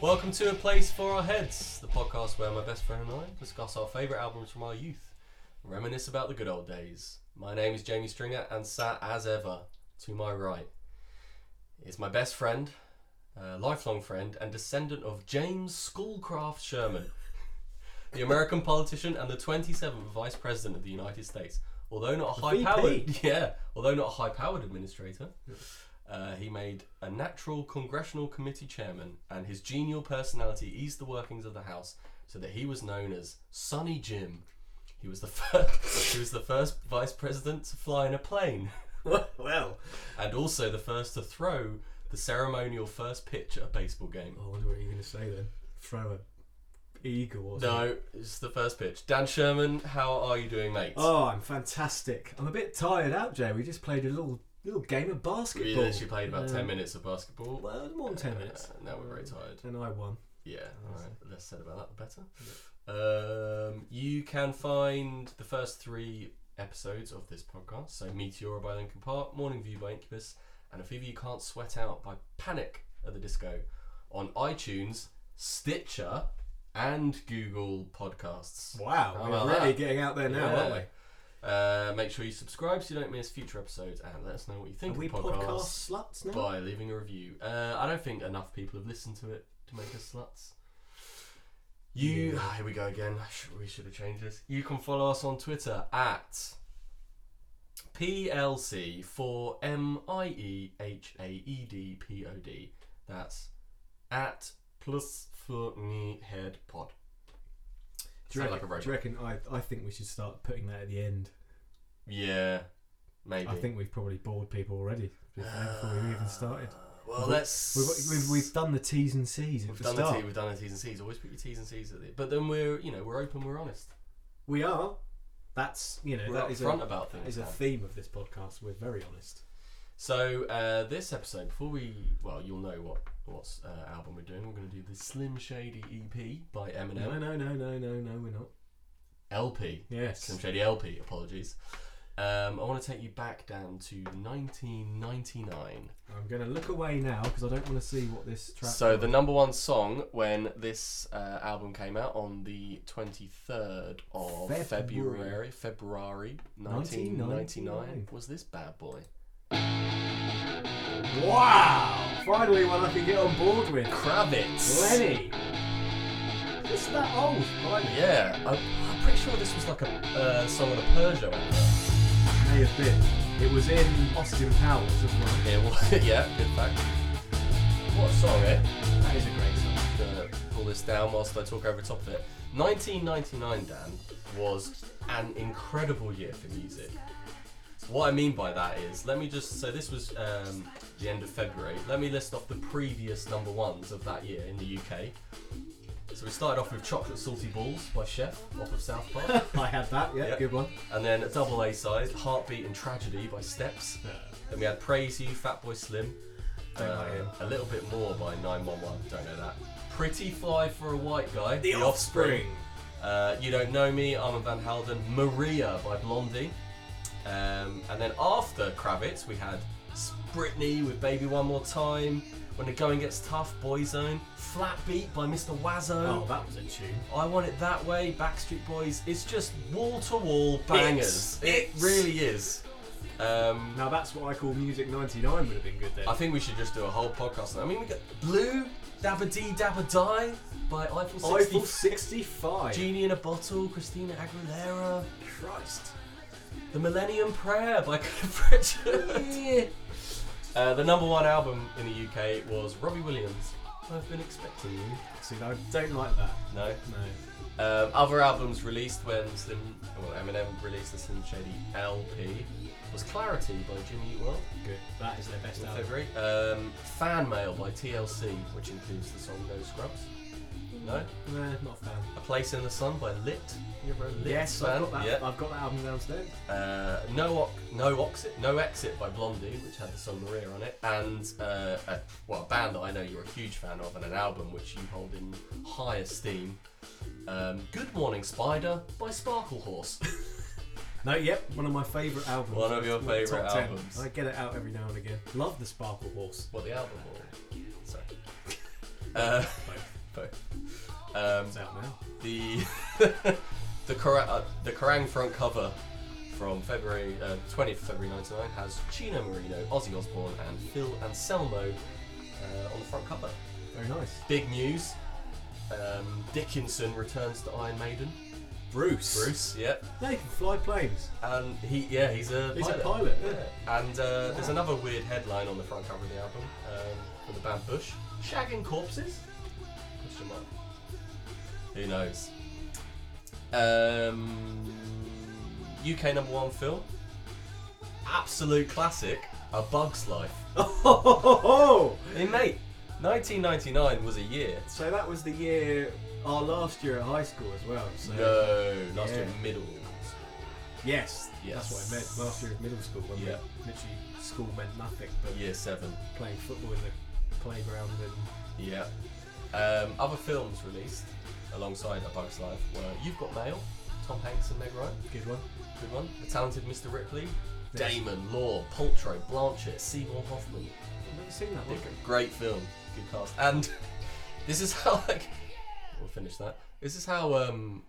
welcome to A Place for Our Heads, the podcast where my best friend and I discuss our favourite albums from our youth, reminisce about the good old days. My name is Jamie Stringer, and sat as ever to my right is my best friend, uh, lifelong friend, and descendant of James Schoolcraft Sherman, the American politician and the 27th Vice President of the United States. Although not a VP. high-powered, yeah, although not a high-powered administrator, uh, he made a natural congressional committee chairman, and his genial personality eased the workings of the House so that he was known as Sonny Jim. He was the first, he was the first vice president to fly in a plane, well, and also the first to throw the ceremonial first pitch at a baseball game. Oh, I wonder what you're going to say then. Throw a eagle or something. No, it's the first pitch. Dan Sherman, how are you doing, mate? Oh, I'm fantastic. I'm a bit tired out, Jay. We just played a little little game of basketball. we literally played about ten Um, minutes of basketball. Well, it was more than ten minutes. Uh, now we're very tired. And I won. Yeah, all right. Less said about that, the better. Um, you can find the first three episodes of this podcast, so Meteora by Linkin Park, Morning View by Incubus, and A Fever You Can't Sweat Out by Panic at the Disco on iTunes, Stitcher, and Google Podcasts. How Wow, about we're really that? getting out there now, Yeah. aren't we? Uh, make sure you subscribe so you don't miss future episodes, and let us know what you think Are of we the podcast sluts now? by leaving a review. Uh, I don't think enough people have listened to it to make us sluts. You ah, Yeah. here we go again. I should- we should have changed this. You can follow us on Twitter at PLC for M I E H A E D P O D. That's at plus for me head pod. do, you Sound reckon, like a do you robot. reckon I, I think we should start putting that at the end? Yeah, maybe. Ah. I think we've probably bored people already before we even started. Well, We've- let's. We've, we've, we've done the T's and C's at We've the done the start. T, we've done the T's and C's. Always put your T's and C's at the. But then we're, you know, we're open, we're honest, we are. That's, you know, we're that upfront is, a, about that things. is a man. theme of this podcast. We're very honest. so uh, this episode, before we, well, you'll know what what uh, album we're doing. We're going to do the Slim Shady EP by No, Eminem. no, no, no, no, no, we're not. LP, Slim Yes. Shady LP. Apologies. Um, I want to take you back down to 1999. I'm going to look away now because I don't want to see what this track So the number one song when this uh, album came out on the 23rd of February, February. February 1999. 1999 was this bad boy. Wow! Finally one I can get on board with. Kravitz. Lenny! It's that old, blimey. Yeah, I'm, I'm pretty sure this was like a uh, song on a Peugeot. advert. May have been. It was in Austin Powers as well. It was, yeah, in fact. What a song, eh? That is a great song. Gonna pull this down whilst I talk over the top of it. 1999, Dan, was an incredible year for music. What I mean by that is, let me just, so this was um, the end of February. Let me list off the previous number ones of that year in the UK. So we started off with Chocolate Salty Balls by Chef off of South Park. I had that, yeah, Yeah. good one. And then a double A side, Heartbeat and Tragedy by Steps. Then we had Praise You, Fatboy Slim. Uh, Don't like him. A little bit more by 911. Don't know that. Pretty Fly for a White Guy. The Offspring. Uh, you Don't Know Me, Armin Van Helden. Maria by Blondie. Um, and then after Kravitz, we had Britney with Baby One More Time. When the going gets tough, Boyzone. Flatbeat by Mr. Wazzo. Oh, that was a tune. I Want It That Way, Backstreet Boys. It's just wall to wall bangers. It's- it it's- really is. Um, Now that's what I call Music 99 would have been good then. I think we should just do a whole podcast. on it. I mean, we got Blue, Dabba Dee Dabba Die by Eiffel 60, Eiffel 65. Genie in a Bottle, Christina Aguilera, Christ. The Millennium Prayer by Cliff Richard. Uh, the number one album in the UK was Robbie Williams. I've been expecting you. See, I don't like that. No. No. Um, other albums released when Slim, well, Eminem released the Slim Shady LP was Clarity by Jimmy Eat World Good. That is their best in album. February. Um, Fan Mail by TLC, which includes the song No Scrubs. No. Nah, not a fan. A Place in the Sun by Lit. You're a Lit Yes, fan. I've got that. Yeah. I've got that album downstairs. Uh, no, Oc- no Exit, No Exit by Blondie, which had the song Maria on it, and uh, a, well, a band that I know you're a huge fan of, and an album which you hold in high esteem. Um, Good Morning Spider by Sparkle Horse. No, yep, one of my favourite albums. One of your Top 10. favourite albums. I get it out every now and again. Love the Sparkle Horse. What the album or sorry. Uh, Depot. Um, It's out now. the the Kora- uh, the Kerrang front cover from February uh, 20th February 99 has Chino Marino, Ozzy Osbourne, and Phil Anselmo uh, on the front cover. Very nice. Big news: um, Dickinson returns to Iron Maiden. Bruce. Bruce, yeah, They can fly planes. and he yeah he's a He's a pilot. pilot, yeah. And uh, there's another weird headline on the front cover of the album um, from the band Bush: shagging corpses? Question mark. Who knows? Um, UK number one film, absolute classic: A Bug's Life. Oh, Hey mate, 1999 was a year. so that was the year, our last year at high school as well. So No, last year Yeah. middle. yes, Yes. that's what I meant. Last year at middle school when Yeah. we literally school meant nothing but Year seven. playing football in the playground and Yeah. Um, other films released alongside A Bug's Life were You've Got Mail, Tom Hanks and Meg Ryan, good one. good one. The Talented Mr. Ripley, Yes. Damon, Law, Paltrow, Blanchett, Seymour Hoffman. I've never seen that one. Great film, good cast. And this is how like we'll finish that. This is how um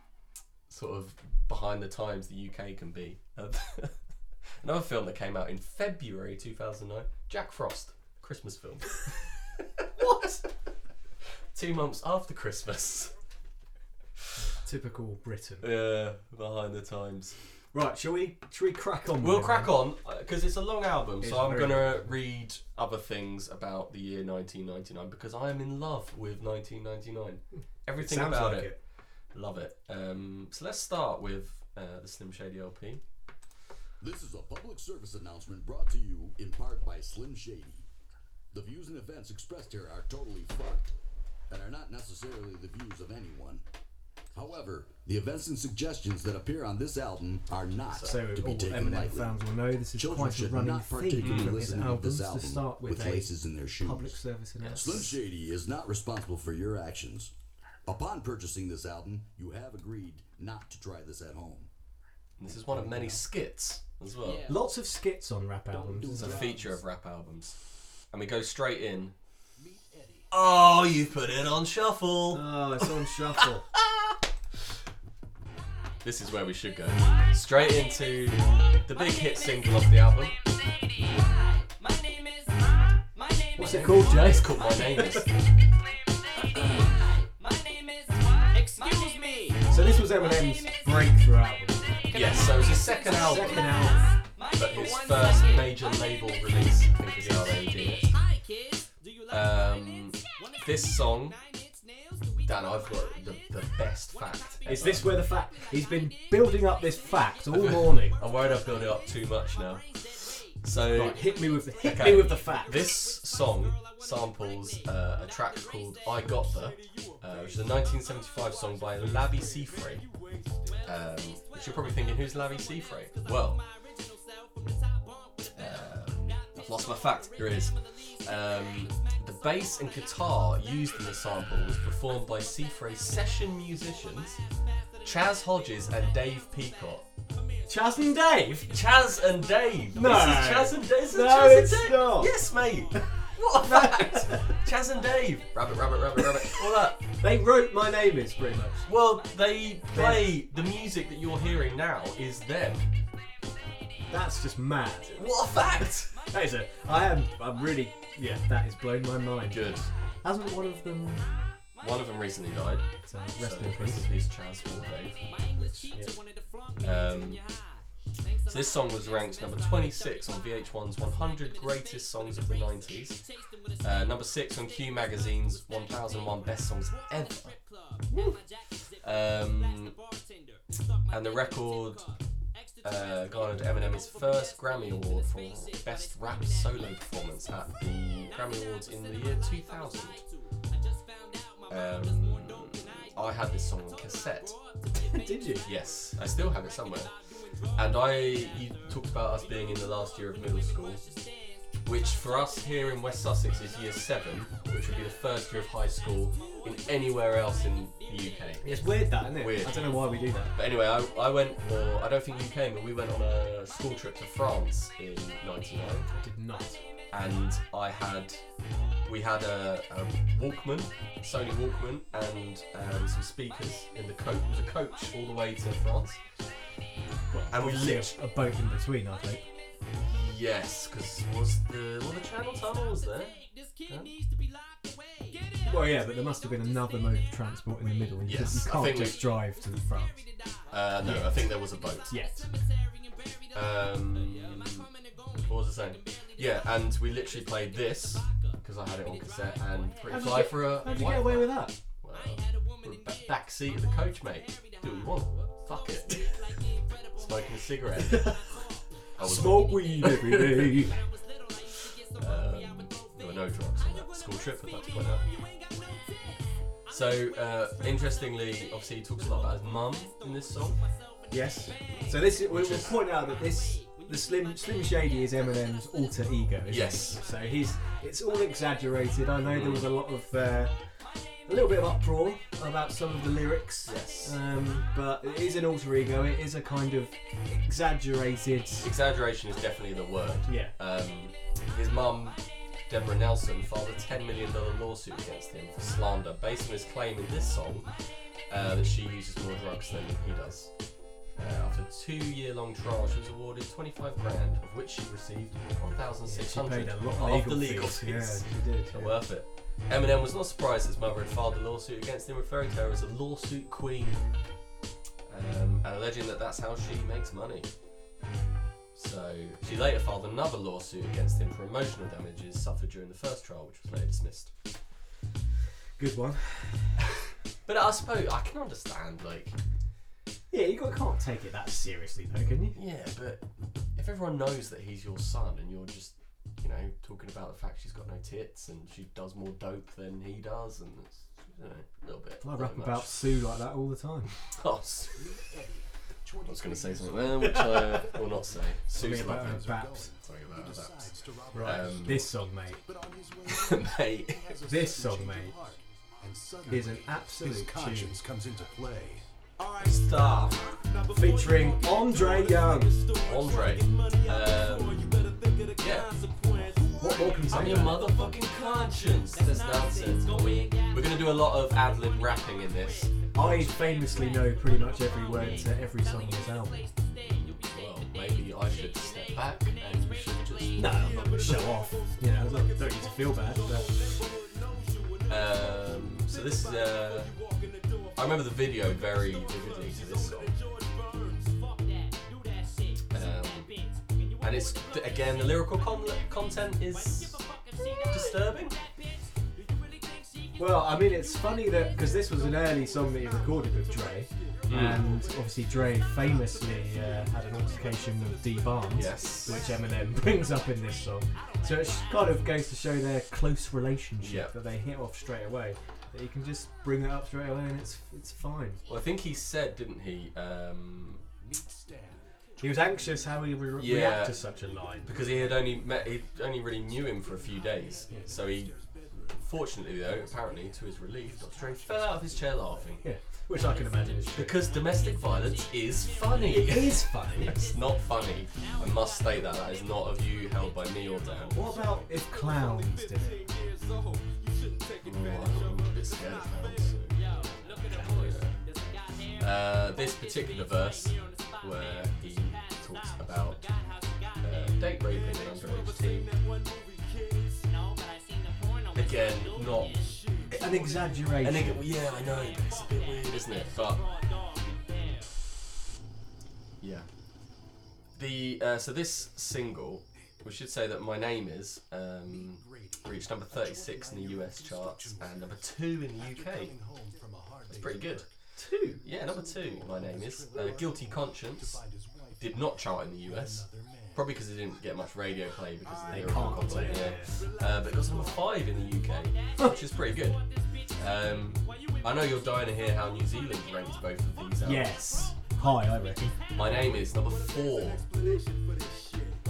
sort of behind the times the UK can be. Uh, Another film that came out in February 2009, Jack Frost, Christmas film. what? Two months after Christmas. Typical Britain. Yeah, behind the times. Right, shall we? Shall we crack on? We'll with it? crack on because it's a long album, It's so I'm very going to read other things about the year 1999 because I am in love with 1999. It Everything sounds about like it. it. Love it. Um, so let's start with uh, the Slim Shady LP. This is a public service announcement brought to you in part by Slim Shady. The views and events expressed here are totally fucked and are not necessarily the views of anyone. However, the events and suggestions that appear on this album are not So to be all taken Eminem lightly. fans will know this is Children quite a should running not partake theme in from his listening to albums this to album start with, with a laces in their shoes. public service announcement. Slim Shady is not responsible for your actions. Upon purchasing this album, you have agreed not to try this at home. And this is one of many skits as well. Yeah. Lots of skits on rap albums. It's isn't a there? feature of rap albums. And we go straight in. Oh, you put it on shuffle. Oh, it's on shuffle. This is where we should go. Straight into the big hit single of the album. What's it called, Jay? It's Oh, called My Name Is. Excuse me. So this was Eminem's breakthrough album. Yes, so it's his second album. Second album. but his first major label release, I think is how they did it. Hi kids, do you like Um, um, this song, Dan, I've got the, the best fact. Is this where the fact? He's been building up this fact all morning. I'm worried I've built it up too much now. So, Right, hit me with the hit Okay. me with the fact. This song samples uh, a track called I Got There, uh, which is a 1975 song by Labby Seafray. Um, which you're probably thinking, who's Labby Seafray? Well, um, I've lost my fact. Here it is. Um, the bass and guitar used in the sample was performed by Seafray's session musicians, Chaz Hodges and Dave Peacock. Chaz and Dave. Chaz and Dave. No. This is Chaz and Dave. This is No, Chaz and it's Dave. not. Yes, mate. What a fact. Chaz and Dave. Rabbit, rabbit, rabbit, rabbit. All that. They wrote my name is pretty much. Well, they play the music that you're hearing now is them. That's just mad. What a fact. That is a. I am. I'm really. Yeah, that has blown my mind. Good. Hasn't one of them? One of them recently died. So So rest in rest peace. in peace, Chaz or Dave. Um, so this song was ranked number 26 on VH1's 100 Greatest Songs of the 90s, uh, number 6 on Q Magazine's 1001 Best Songs Ever. Um, and the record uh, garnered Eminem his first Grammy Award for Best Rap Solo Performance at the Grammy Awards in the year 2000. Um, I had this song on cassette. Did you? Yes, I still have it somewhere. And I, you talked about us being in the last year of middle school, which for us here in West Sussex is year seven, which would be the first year of high school in anywhere else in the UK. It's weird that, isn't it? Weird. I don't know why we do that. But anyway, I, I went, or I don't think you came, but we went on a school trip to France in '99, I did not. and I had we had a, a Walkman, Sony Walkman, and um, some speakers in the coach. It was a coach all the way to France. And we Obviously, lit. a- a boat in between, I think. Yes, because was the well the Channel Tunnel was there. This kid needs to be locked away. Get it Well, yeah, but there must have been another mode of transport in the middle. You, Yes, just, you I can't think we- just drive to France Uh, no, I think there was a boat. yet. Um, what was I saying? Yeah, and we literally played this because I had it on cassette and pretty How'd you fly get- for a. How'd you white get away man. with that? Well, we're ba- back seat of the coach, mate. Do what you want. Fuck it. Smoking a cigarette. I was- Smoke weed every day. Um, there were no drugs on that school trip, I'd like to point out. So, uh, interestingly, obviously, he talks a lot about his mum in this song. yes. So this we- we'll point out that this the Slim Slim Shady is Eminem's alter ego. Isn't Yes. It? So he's it's all exaggerated. I know there was a lot of uh, a little bit of uproar about some of the lyrics. Yes. Um, but it is an alter ego. It is a kind of exaggerated. Exaggeration is definitely the word. Yeah. Um, his mum, Deborah Nelson, filed a $10 million lawsuit against him for slander based on his claim in this song uh, that she uses more drugs than he does. Uh, after a two-year-long trial, she was awarded 25 grand, of which she received She 1,600 paid a lot of of the legal fees. Oh, Yeah, she did. They're yeah. worth it. Eminem was not surprised his mother had filed a lawsuit against him, referring to her as a lawsuit queen, um, and alleging that that's how she makes money. So she later filed another lawsuit against him for emotional damages suffered during the first trial, which was later dismissed. Good one. But I suppose I can understand, like, Yeah, you got- can't take it that seriously though, can you? yeah, but if everyone knows that he's your son and you're just, you know, talking about the fact she's got no tits and she does more dope than he does, and it's, you know, a little bit. I not rap much. about Sue like that all the time. Toss. I was going to say something there, which I will not say. Sue's Something about lovely. her baps. Sorry about that. Right. Um, this song, mate, Mate, This song, mate, is an absolute tune. conscience comes into play. Star. Featuring Andre Young. Andre. Um, yeah. What more can you say? I'm your about motherfucking conscience. That's nonsense. We're going to do a lot of ad lib rapping in this. it? I famously know pretty much every word to every song in this album. Well, maybe I should step back and you should just. No, I'm not going to show off. You know, I don't need to feel bad. But Um, so this is. Uh, I remember the video very vividly to this song. Um, and it's again the lyrical con- content is disturbing. well, I mean, it's funny that because this was an early song that he recorded with Dre, and obviously Dre famously uh, had an altercation with D Barnes, Yes. which Eminem brings up in this song. So it kind of goes to show their close relationship Yep. that they hit off straight away. That you can just bring that up straight away and it's it's fine. Well, I think he said, didn't he? Um, He was anxious how he would re- Yeah. react to such a line. because he had only met, he only really knew him for a few days. So he, fortunately though, apparently to his relief, Dr. Strange fell out of his chair laughing Yeah, which I can imagine is true. because domestic violence is funny. It is funny. It's not funny. I must state that that is not a view held by me or Dan. What about if clowns did it? I'm a bit scared of clowns, so- Uh, this particular verse where he talks about uh, date raping and underage tea. Again, not. An exaggeration. And again, yeah, I know. but It's a bit weird, isn't it? But yeah. The uh, so this single, we should say that my name is um, reached number 36 in the US charts and number two in the UK. It's pretty good. Two, yeah, number two. My name is uh, Guilty Conscience. Did not chart in the US, probably because it didn't get much radio play because of the lyrical can't play content. it, Yeah, uh, but it got number five in the UK, which is pretty good. Um, I know you're dying to hear how New Zealand ranked both of these. Out. Yes. Hi, I reckon. My name is number four.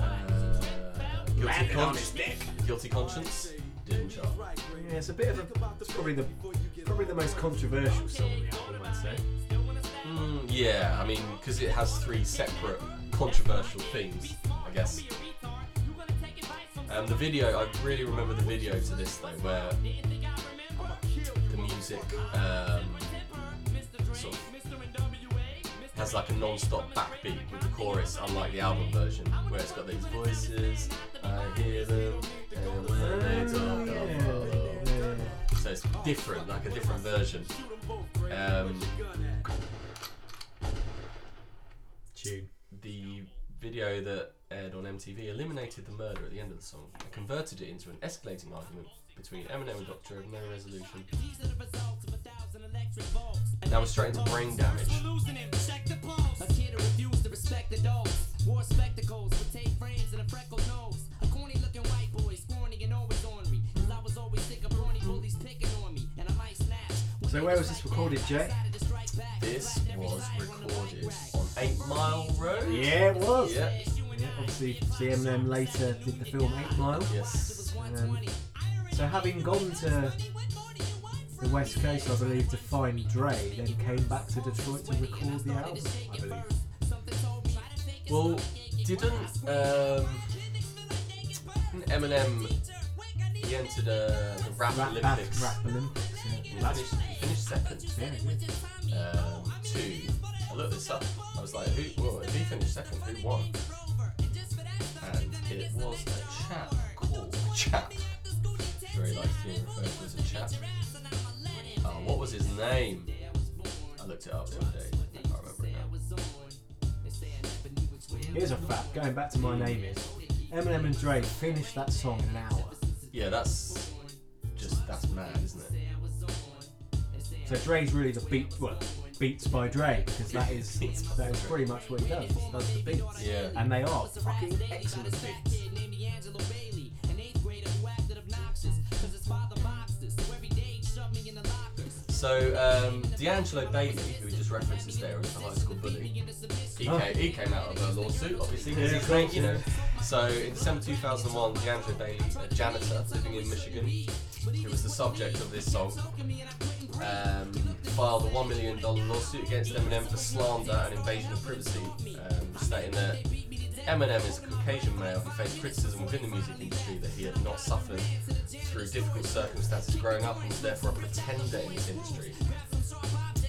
Uh, guilty, conscience. guilty conscience. Didn't chart. Yeah, it's a bit of a. It's probably the probably the most controversial song on the album, I'd say. Mm, yeah, I mean, because it has three separate controversial themes, I guess. Um, Um, the video, I really remember the video to this though, where Do you think I remember? the music um, sort of has like a non-stop backbeat with the chorus, unlike the album version, where it's got these voices. I hear them, and Oh, when they talk, I follow. Yeah. so it's different, like a different version. Um, Tune. the video that aired on MTV eliminated the murder at the end of the song and converted it into an escalating argument between Eminem and Dr. of No Resolution. Now we're straight into brain damage. So where was this recorded, Jay? This was recorded on 8 Mile Road. Yeah, it was. Yeah. Yeah, obviously, see Eminem later did the film Eight Mile. Yes. Um, so having gone to the West Coast, I believe, to find Dre, then came back to Detroit to record the album. I believe. Well, didn't um, didn't Eminem he entered uh, the rap Rap, rap, Olympics? rap Olympics. He Yeah. finished, he finished second. Yeah, Um, two. I looked this up. I was like, who? Whoa, if he finished second, who won? And it was a chap called Chap. Very likes to be referred to as a chap. Uh, what was his name? I looked it up the other day. I can't remember it now. Here's a fact. Going back to my name is Eminem and Dre finished that song in an hour. Yeah, that's just that's mad, isn't it? So Dre's really the beat. Well, beats by Dre because that is that is pretty much what he does. He does the beats. Yeah. And they are fucking excellent beats. So um, D'Angelo Bailey, who we just references there as the high school bully, he, Oh. came, he came out of a lawsuit, obviously, because Yeah, he's of course, like, you know. So in December 2001, D'Angelo Bailey, a janitor living in Michigan, who was the subject of this song, um, filed a $1 million lawsuit against Eminem for slander and invasion of privacy, um, stating that Eminem is a Caucasian male who faced criticism within the music industry that he had not suffered through difficult circumstances growing up and was therefore a pretender in this industry.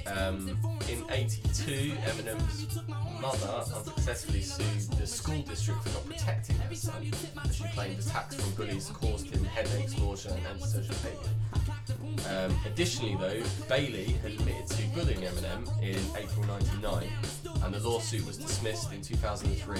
Um, in 82, Eminem's mother unsuccessfully sued the school district for not protecting her son, as she claimed attacks from bullies caused him headaches, nausea, and antisocial behaviour. Um, additionally, though, Bailey had admitted to bullying Eminem in April 99, and the lawsuit was dismissed in 2003.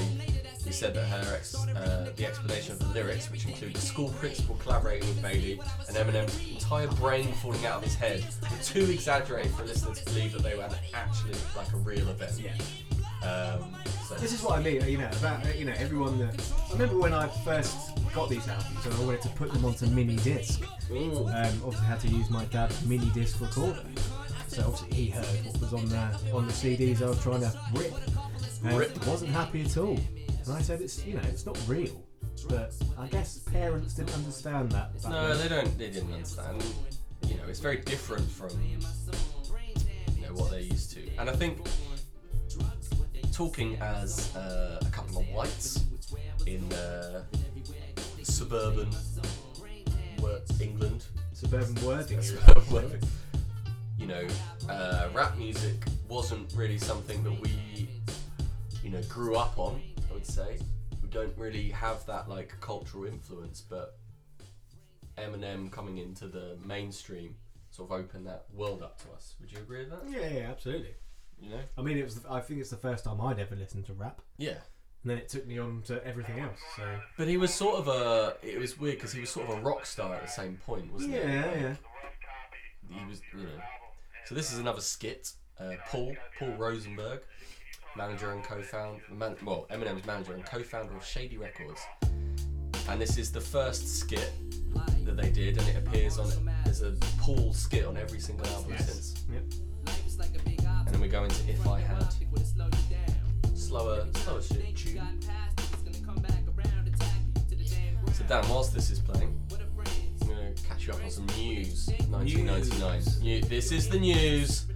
He said that her ex, uh, the explanation of the lyrics, which include the school principal collaborating with Bailey and Eminem's entire brain falling out of his head, were too exaggerated for a listener to believe that they were actually like a real event. Um, so, This is what I mean, you know, about you know everyone that. I remember when I first got these albums and I wanted to put them onto mini disc. Ooh. Um, obviously, had to use my dad's mini disc recorder. So obviously, he heard what was on the on the CDs I was trying to rip. And Rip. wasn't happy at all. And I said, it's you know, it's not real. But I guess parents didn't understand that. back No, then. they don't. They didn't understand. You know, it's very different from you know what they're used to. And I think talking as uh, a couple of whites in uh, suburban wor- England, suburban wording. you know, uh, rap music wasn't really something that we, you know, grew up on. I would say we don't really have that like cultural influence, but Eminem coming into the mainstream sort of opened that world up to us. Would you agree with that? yeah, yeah, absolutely. You know? I mean, it was. The, I think it's the first time I'd ever listened to rap, Yeah. and then it took me on to everything else. So But he was sort of a. It was weird because he was sort of a rock star at the same point, wasn't he? yeah. he was, you know. So this is another skit. Uh, Paul Paul Rosenberg, manager and co-founder, man, well Eminem's manager and co-founder of Shady Records, and this is the first skit that they did, and it appears on there's a Paul skit on every single album since. Yep. And then we go into If I Had, slower slower shit tune. So Dan, whilst this is playing, I'm gonna catch you up on some news. 1999. New, this is the news.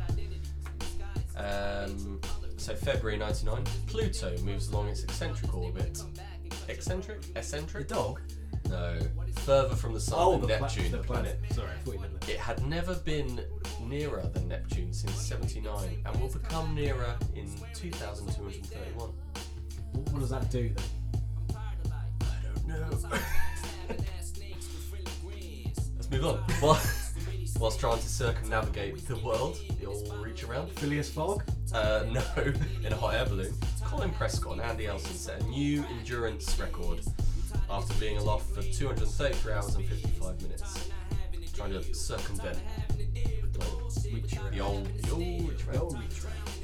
Um, so February 99, Pluto moves along its eccentric orbit, eccentric, The eccentric. dog? No, further from the sun Oh, than the, pla- Neptune. the planet. Sorry, I thought you meant that. It had never been nearer than Neptune since 79 and will become nearer in 2231. What, what does that do then? I don't know. Let's move on. While- Whilst trying to circumnavigate the world, you'll reach around. Phileas Fogg? Uh, no, in a hot air balloon. Colin Prescott and Andy Elson set a new endurance record after being aloft for 233 hours and 55 minutes, trying to circumvent the old reach around. The old, the old reach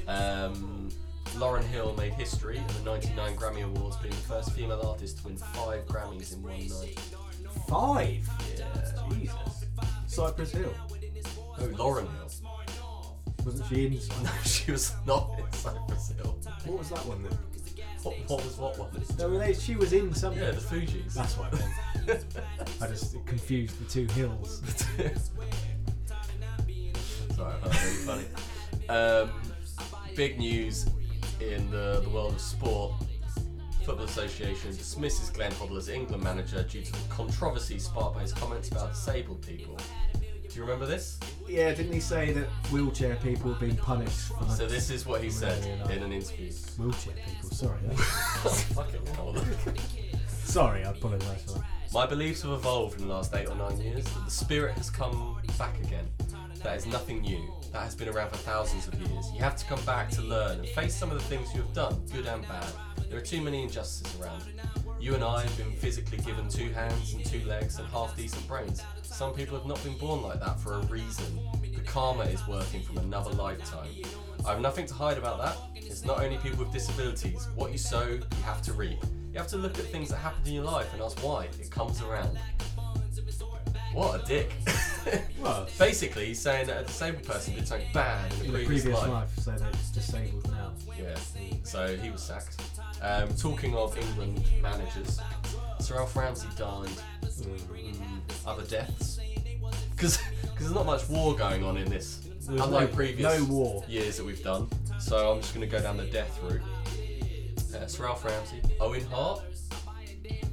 around. Um, Lauren Hill made history at the 99 Grammy Awards, being the first female artist to win five Grammys in one night. Five? Yeah. Jesus. Cypress Hill. Oh, Lauren Hill. Wasn't she in? No, she was not in Cypress Hill. What was that one then? What, what was what one? No, they, she was in something. Yeah, the Fugees. That's what I meant. I just confused the two hills. Sorry, that was really funny. Um, big news in the, the world of sport. Football Association dismisses Glenn Hoddle as England manager due to the controversy sparked by his comments about disabled people. Do you remember this? Yeah, didn't he say that wheelchair people were being punished for So this is what he said in an interview. wheelchair people? Sorry, eh? Fucking hell. sorry, I apologise for that. My beliefs have evolved in the last eight or nine years that the spirit has come back again. That is nothing new. That has been around for thousands of years. You have to come back to learn and face some of the things you have done, good and bad. There are too many injustices around. You and I have been physically given two hands and two legs and half decent brains. Some people have not been born like that for a reason. The karma is working from another lifetime. I have nothing to hide about that. It's not only people with disabilities. What you sow, you have to reap. You have to look at things that happened in your life and ask why. It comes around. What a dick. Well, Basically, he's saying that a disabled person did something bad in the in the previous, previous life, life. so they're disabled now. Yeah, so he was sacked. Um, talking of England managers, Sir Alf Ramsey died. Mm, Other deaths? Because there's not much war going on in this, There's unlike no- previous no war. years that we've done. So I'm just going to go down the death route. Uh, Sir Alf Ramsey, Owen Hart.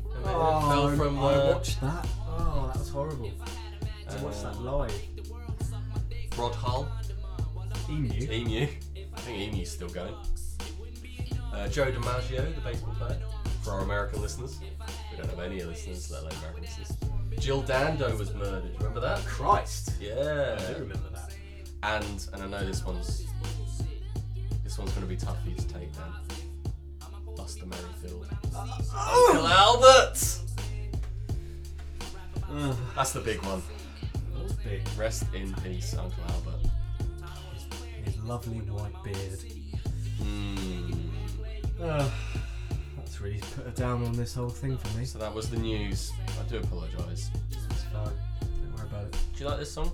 who Oh, fell from I uh, watched that. Oh, that was horrible. I watched that live. Rod Hull. He knew. Emu. I think Emu's still going. Uh, Joe DiMaggio, the baseball player, for our American listeners. We don't have any listeners, let alone American listeners. Jill Dando was murdered. Remember that? Christ. Yeah. I do remember that. And and I know this one's this one's gonna be tough for you to take down. Buster Merrifield. Uncle Albert. Ugh, That's the big one. that was big. Rest in peace, Uncle Albert. His lovely white beard. Mm. Ugh, that's really put a down on this whole thing for me. So that was the news. I do apologise. It's fine. Don't worry about it. Do you like this song?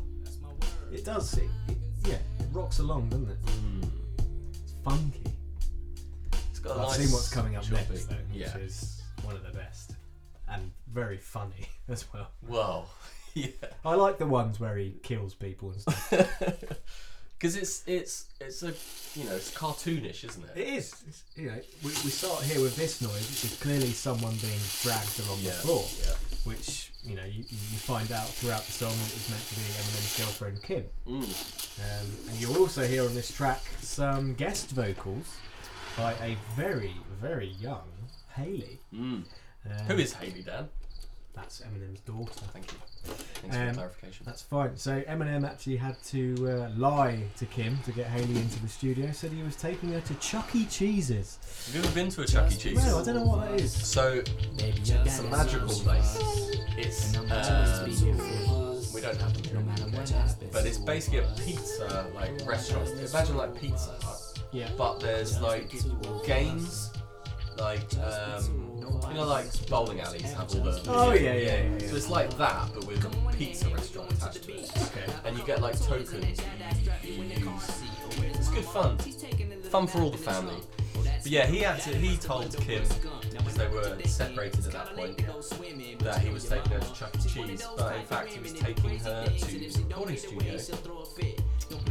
It does. It, it, yeah, it rocks along, doesn't it? It's funky. Hmm. It's got a I've nice seen what's coming up choppy- next, though, which Yeah. is one of the best and very funny as well. Well, yeah. I like the ones where he kills people and stuff. Because it's it's it's a you know it's cartoonish, isn't it? it is. It's, you know, we, we start here with this noise, which is clearly someone being dragged along the floor, Yeah. which you know you, you find out throughout the song that it was meant to be Eminem's girlfriend Kim. Mm. Um, and you'll also hear on this track some guest vocals by a very, very young Haley. Mm. Um, Who is Haley Dan? That's Eminem's daughter. Thank you. Thanks for Um, the clarification. That's fine. So Eminem actually had to uh, lie to Kim to get Haley into the studio. Said he was taking her to Chuck E. Cheese's. Have you ever been to a Chuck E. Cheese? Well, I don't know what that is. So it's a magical place. It's um, uh, we don't have them here, in the UK, but it's basically a pizza like restaurant. Imagine like Pizza Hut, Yeah. but there's like games, like um, you know, like bowling alleys have all the. Oh, yeah, yeah, yeah, yeah. So it's like that, but with a pizza restaurant attached to it, Okay. and you get like tokens. that you use. It's good fun, fun for all the family. But yeah, he had to. He told Kim because they were separated at that point that he was taking her to Chuck E. Cheese, but in fact he was taking her to the recording studio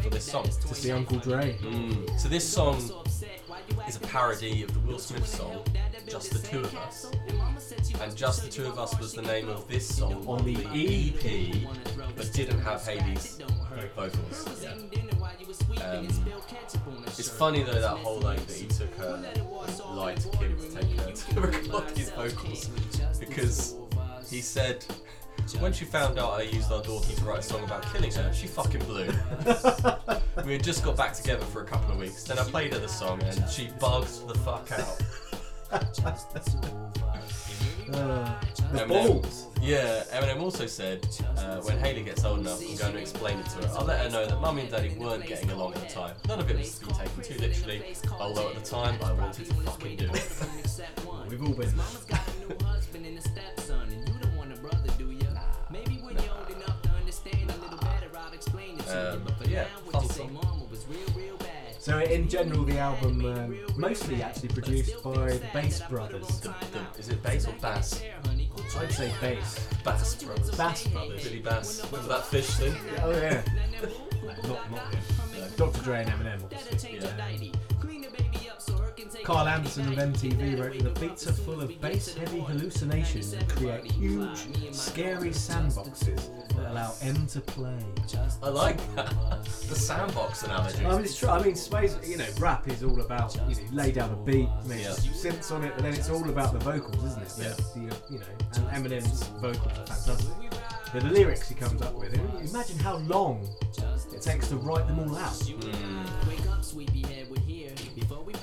for this song. It's the Uncle Dre. Mm. So this song is a parody of the Will Smith song Just the Two of Us. And Just the Two of Us was the name of this song on the EP, but didn't have Hades vocals. Yeah. Um, it's funny though that whole like that he took her lied to Kim to take her to record his vocals because he said when she found out I used our daughter to write a song about killing her, she fucking blew. we had just got back together for a couple of weeks. Then I played her the song and she bugged the fuck out. Uh, the Eminem. balls. Yeah, Eminem also said, uh, when Haley gets old enough, I'm going to explain it to her. I'll let her know that mummy and daddy weren't getting along at the time. None of it was to be taken too literally, although at the time I wanted to fucking do it. We've all been there. Um, but yeah, fun song. So in general, the album um, mostly actually produced by the Bass Brothers. The, the, is it Bass or Bass? I'd say Bass. Bass Brothers. Bass Brothers. Billy Bass. Remember that fish thing? Oh yeah. not not him. Dr. Dre and Eminem, obviously. Yeah. Carl Anderson of MTV wrote that the beats are full of bass-heavy hallucinations and create huge, scary sandboxes that allow M to play. I like that. the sandbox analogy. I mean, it's true. I mean, Sway's, you know, rap is all about you know, lay down a beat, make Yeah. synths on it, and then it's all about the vocals, isn't it? Yeah. The, the, you know, and Eminem's vocals are fantastic. But the lyrics he comes up with, imagine how long it takes to write them all out.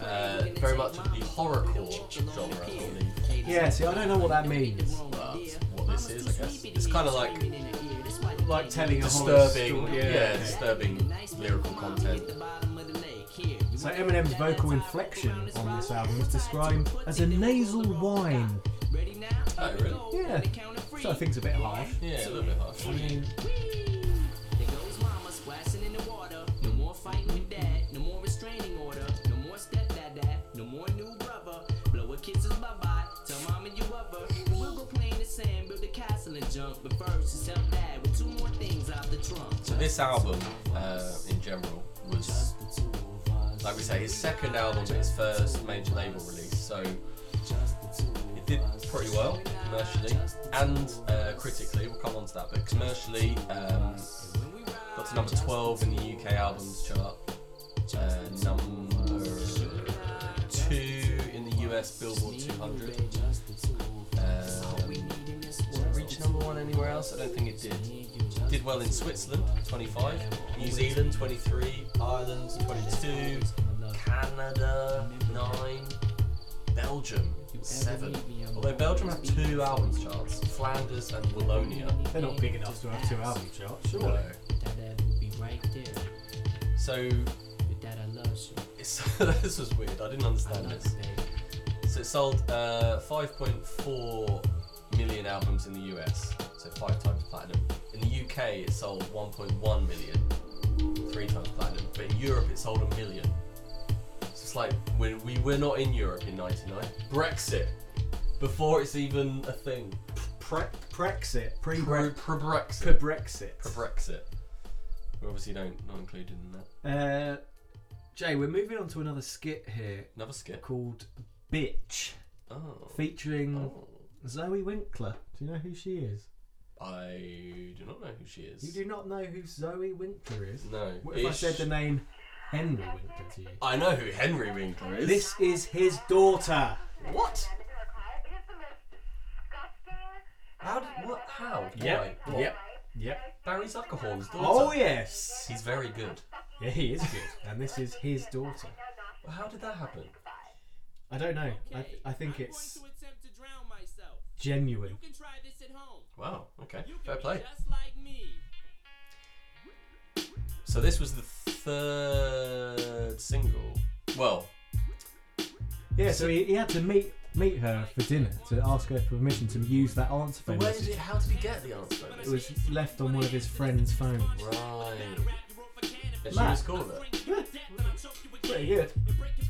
Uh, very much of the horrorcore genre, I believe. Yeah, see, I don't know what that means. Well, that's what this is, I guess. It's kind of like Like telling a horror disturbing, story. yeah. disturbing lyrical content. So Eminem's vocal inflection on this album is described as a nasal whine. Oh, really? Yeah. So I think it's a bit harsh. Yeah, a little bit harsh. I mean, So this album, uh, in general, was like we say his second album, but his first major label release. So it did pretty well commercially and uh, critically. We'll come on to that, but commercially, um, got to number 12 in the UK albums chart, uh, number two in the US Billboard 200. Um, reach number one anywhere else? I don't think it did. Did well in Switzerland, 25, New Zealand, 23, Ireland, 22, Canada, 9, Belgium, 7. Although Belgium have two albums charts, Flanders and Wallonia. they're not big enough to have two album charts, surely. No. So, it's, this was weird, I didn't understand this. So it sold uh, 5.4 million albums in the US, so five times platinum. In the UK, it sold 1.1 million, three times platinum. But in Europe, it sold a million. So it's like we we were not in Europe in '99. Brexit, before it's even a thing. Pre- Brexit. Pre Pro Brexit. pro Brexit. Pro Brexit. Brexit. We're obviously don't not included in that. Uh, Jay, we're moving on to another skit here Another skip. called Bitch, Oh. featuring Oh. Zoe Winkler. Do you know who she is? I do not know who she is. You do not know who Zoe Winkler is? No. What if I Ish. said the name Henry Winkler to you? I know who Henry Winkler is. This is his daughter. What? It is the most disgusting. How? Did, what? How? Why? What? Yep. Yep. Barry Zuckerhorn's daughter. Oh yes. He's very good. Yeah, he is good. And this is his daughter. Well, How did that happen? I don't know. I, I think it's I'm going to attempt to drown myself. genuine. You can try this at home. Wow. Okay. You Fair can play. be just like me. So this was the third single. Well, Yeah. So he, he had to meet meet her for dinner to ask her permission to use that answer phone where did message. it? How did he get the answer? It was left on one of his friend's phones. Right. And she Matt. was cool though. Yeah. Pretty good.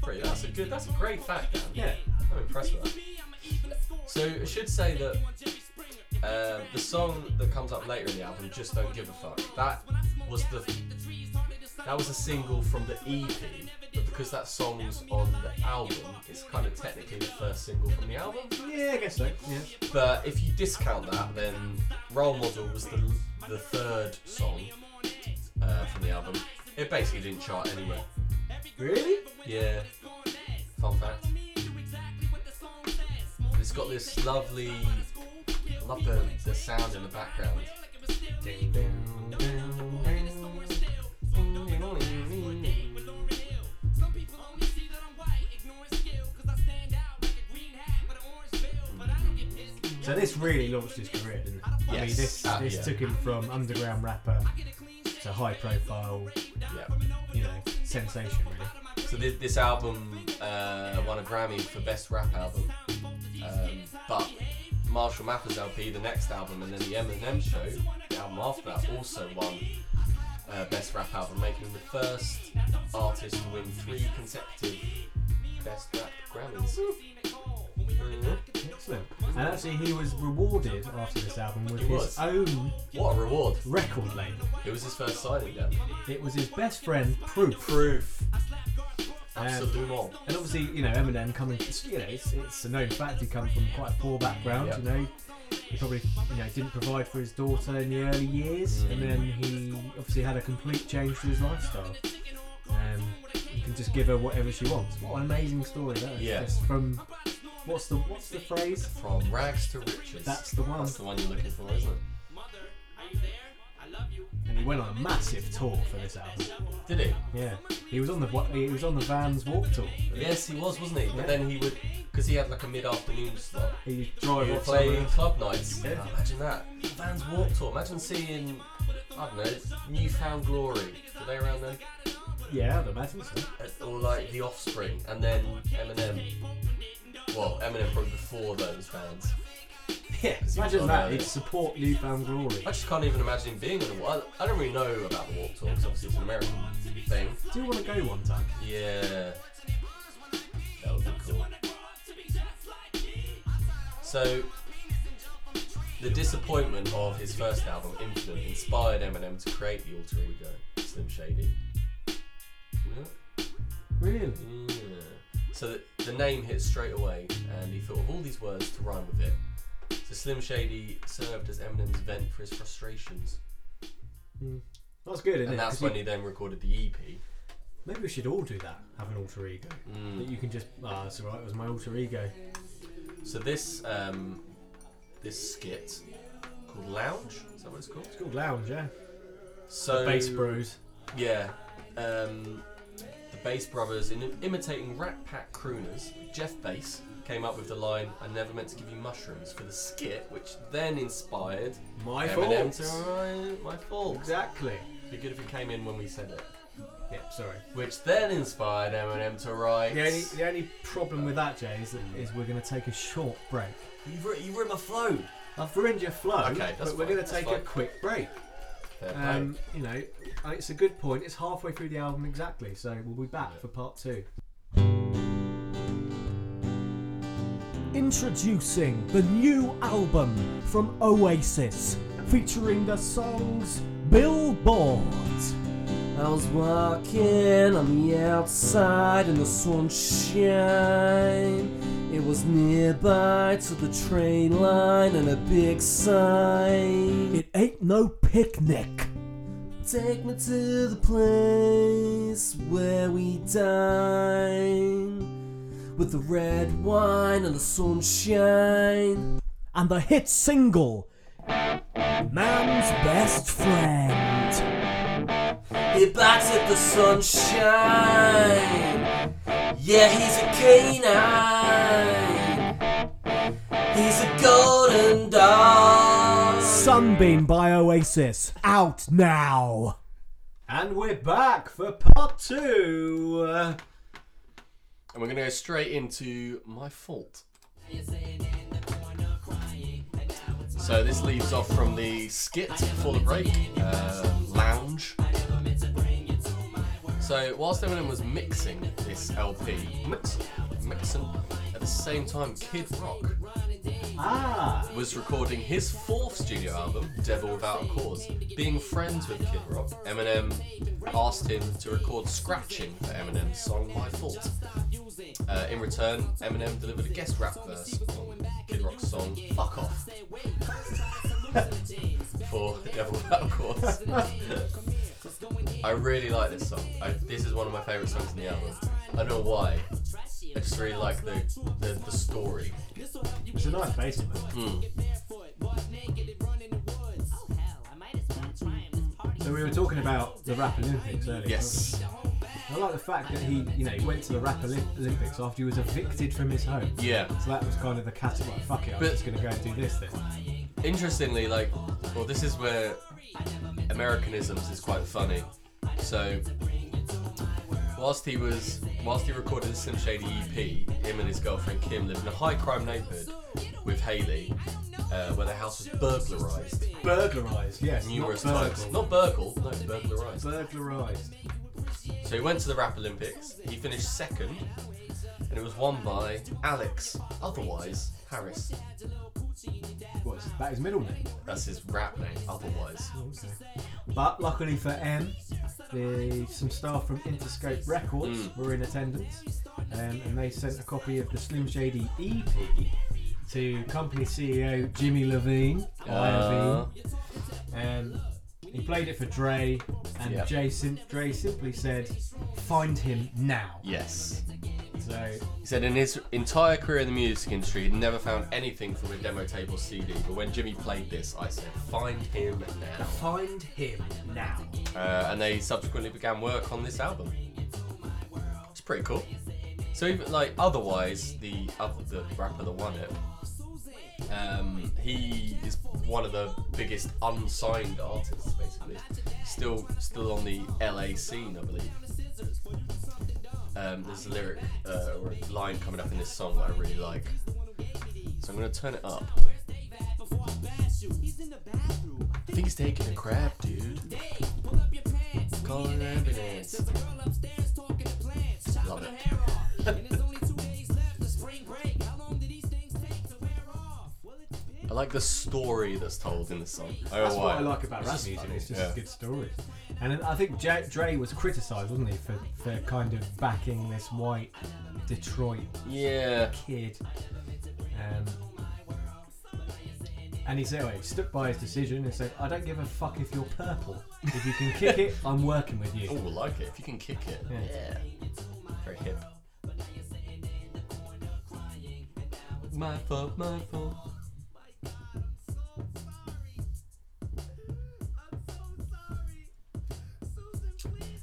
Pretty. That's a good. That's a great fact. Dan. Yeah. I'm impressed with that. So I should say that uh, the song that comes up later in the album, "Just Don't Give a Fuck," that was the that was a single from the EP, E but the because that song's on the album, it's kind of technically the first single from the album. Yeah, I guess so. Yeah. But if you discount that, then Role Model was the, the third song uh, from the album. It basically didn't chart anywhere. Really? Yeah. Fun fact. It's got this lovely, I love the, the sound in the background. Ding, ding, ding, ding. So this really launched his career, didn't it? I mean, Yes. this Ah, this yeah. took him from underground rapper to high profile, Yeah. you know, sensation. Really. So this, this album uh, won a Grammy for Best Rap Album. Um, but Marshall Mathers LP, the next album, and then the Eminem Show, the album after that, also won uh, Best Rap Album, making him the first artist to win three consecutive Best Rap Grammys. Mhm. Excellent. And actually, he was rewarded after this album with He his was. own What a reward! record label. It was his first signing, Dan. It was his best friend, Proof. Proof. Um, Absolutely not. And obviously, you know, Eminem coming, it's- you know, it's, it's a known fact he comes from quite a poor background, Yeah. you know. He probably, you know, didn't provide for his daughter in the early years, and then he obviously had a complete change to his lifestyle. Um, you can just give her whatever she wants. What an amazing story that is. Yeah. Just from, what's the what's the phrase? From rags to riches. That's the one. That's the one you're looking for, isn't it? Mother, are you there? I love you. And he went on a massive tour for this album. Did he? Yeah, he was on the wa- he was on the Vans Warped Tour. Yes, he was, wasn't he? But then he would, because he had like a mid-afternoon slot. He was driving He would off play somewhere. club nights. Yeah. Oh, imagine that. Vans Warped Tour. Imagine seeing, I don't know, Newfound Glory. Were they around then? Yeah, I'd imagine so. Uh, Or like The Offspring, and then Eminem. Well, Eminem probably before those bands. Yeah, on imagine that. earlier. He'd support Newfound Glory. I just can't even imagine him being on the. I, I don't really know about the Warped Tour because obviously it's an American thing. Do you want to go one time? Yeah. That would be cool. So, the disappointment of his first album, Infinite, inspired Eminem to create the alter ego, Slim Shady. Yeah. Really? yeah. So the, the name hit straight away, and he thought of all these words to rhyme with it. So Slim Shady served as Eminem's vent for his frustrations, That's good, isn't and it? that's 'Cause when you- he then recorded the E EP. maybe we should all do that. Have an alter ego Mm. that you can just. Ah, it's alright. It was my alter ego. So this um, this skit called Lounge. Is that what it's called? It's called Lounge, yeah. So Bass Bros. Yeah. Um, the Bass Brothers, in imitating Rat Pack crooners, Jeff Bass came up with the line, "I never meant to give you mushrooms" for the skit, which then inspired My Eminem fault. to "My- "My Fault." Exactly. Be good if it came in when we said it. Yep. Sorry. Which then inspired Eminem to write. The only the only problem with that, Jay, is, that, Mm. is we're going to take a short break. You've, ru- you've ruined my flow. I've ruined your flow, Okay, that's but we're fine, going that's to take a fine. quick break. Fair play. Um, you know, and it's a good point. It's halfway through the album exactly, so we'll be back for part two. Introducing the new album from Oasis, featuring the songs Billboard. I was walking on the outside in the sunshine. It was nearby to the train line and a big sign. It ain't no picnic. Take me to the place where we dine with the red wine and the sunshine. And the hit single, Man's Best Friend. He backs at the sunshine. Yeah, he's a canine. He's a golden dog. Sunbeam by Oasis, out now. And we're back for part two. Uh, and we're going to go straight into my fault. So this leaves off from the skit before the break, uh, lounge. So whilst Eminem was mixing this LP, mixing, mixing, At the same time, Kid Rock Ah, was recording his fourth studio album, Devil Without a Cause. Being friends with Kid Rock, Eminem asked him to record scratching for Eminem's song My Fault. Uh, in return, Eminem delivered a guest rap verse on Kid Rock's song Fuck Off for Devil Without a Cause. I really like this song. I, this is one of my favourite songs in the album. I don't know why. I just really like the, the, the story. it's a nice bass in there. Mm. So we were talking about the Rap Olympics earlier. Yes. I like the fact that he, you know, he went to the Rap Olymp- Olympics after he was evicted from his home. Yeah. So that was kind of the catalyst. Like, fuck it, I'm But- just going to go and do this then. interestingly, like, well, this is where Americanisms is quite funny. So, whilst he was, whilst he recorded the Slim Shady EP, him and his girlfriend Kim lived in a high crime neighborhood with Haley, uh, where their house was burglarized Burglarised, yes. numerous not burgled. times. Not burgled, no, burglarized. Burglarised. So he went to the Rap Olympics. He finished second, and it was won by Alex, otherwise Harris. What's that? His middle name. That's his rap name, otherwise. But luckily for M, the, some staff from Interscope Records Mm. were in attendance, um, and they sent a copy of the Slim Shady EP to company CEO Jimmy Levine. Uh, Um, he played it for Dre, and Yep. Jay Sim- Dre simply said, "Find him now." yes. So He said in his entire career in the music industry, he'd never found anything from a demo tape or CD. But when Jimmy played this, I said, "Find him now." find him now. Uh, and they subsequently began work on this album. It's pretty cool. So even like otherwise, the other the rapper that won it, um, he is one of the biggest unsigned artists, basically. Still, still on the LA scene, I believe. Um, there's a lyric uh, or a line coming up in this song that I really like, so I'm gonna turn it up. I think he's taking a crap, dude. Call an ambulance. Love it. I like the story that's told in the song. Oh, That's what wow. I like about It's rap just music. funny, It's just yeah. good stories. And I think J- Dre was criticised, wasn't he, for, for kind of backing this white Detroit Yeah. kid. Um, and he said, well, he stood by his decision and said, I don't give a fuck if you're purple. If you can kick it, I'm working with Oh, you. I like it. If you can kick it. Yeah. Very hip. My fault, my fault.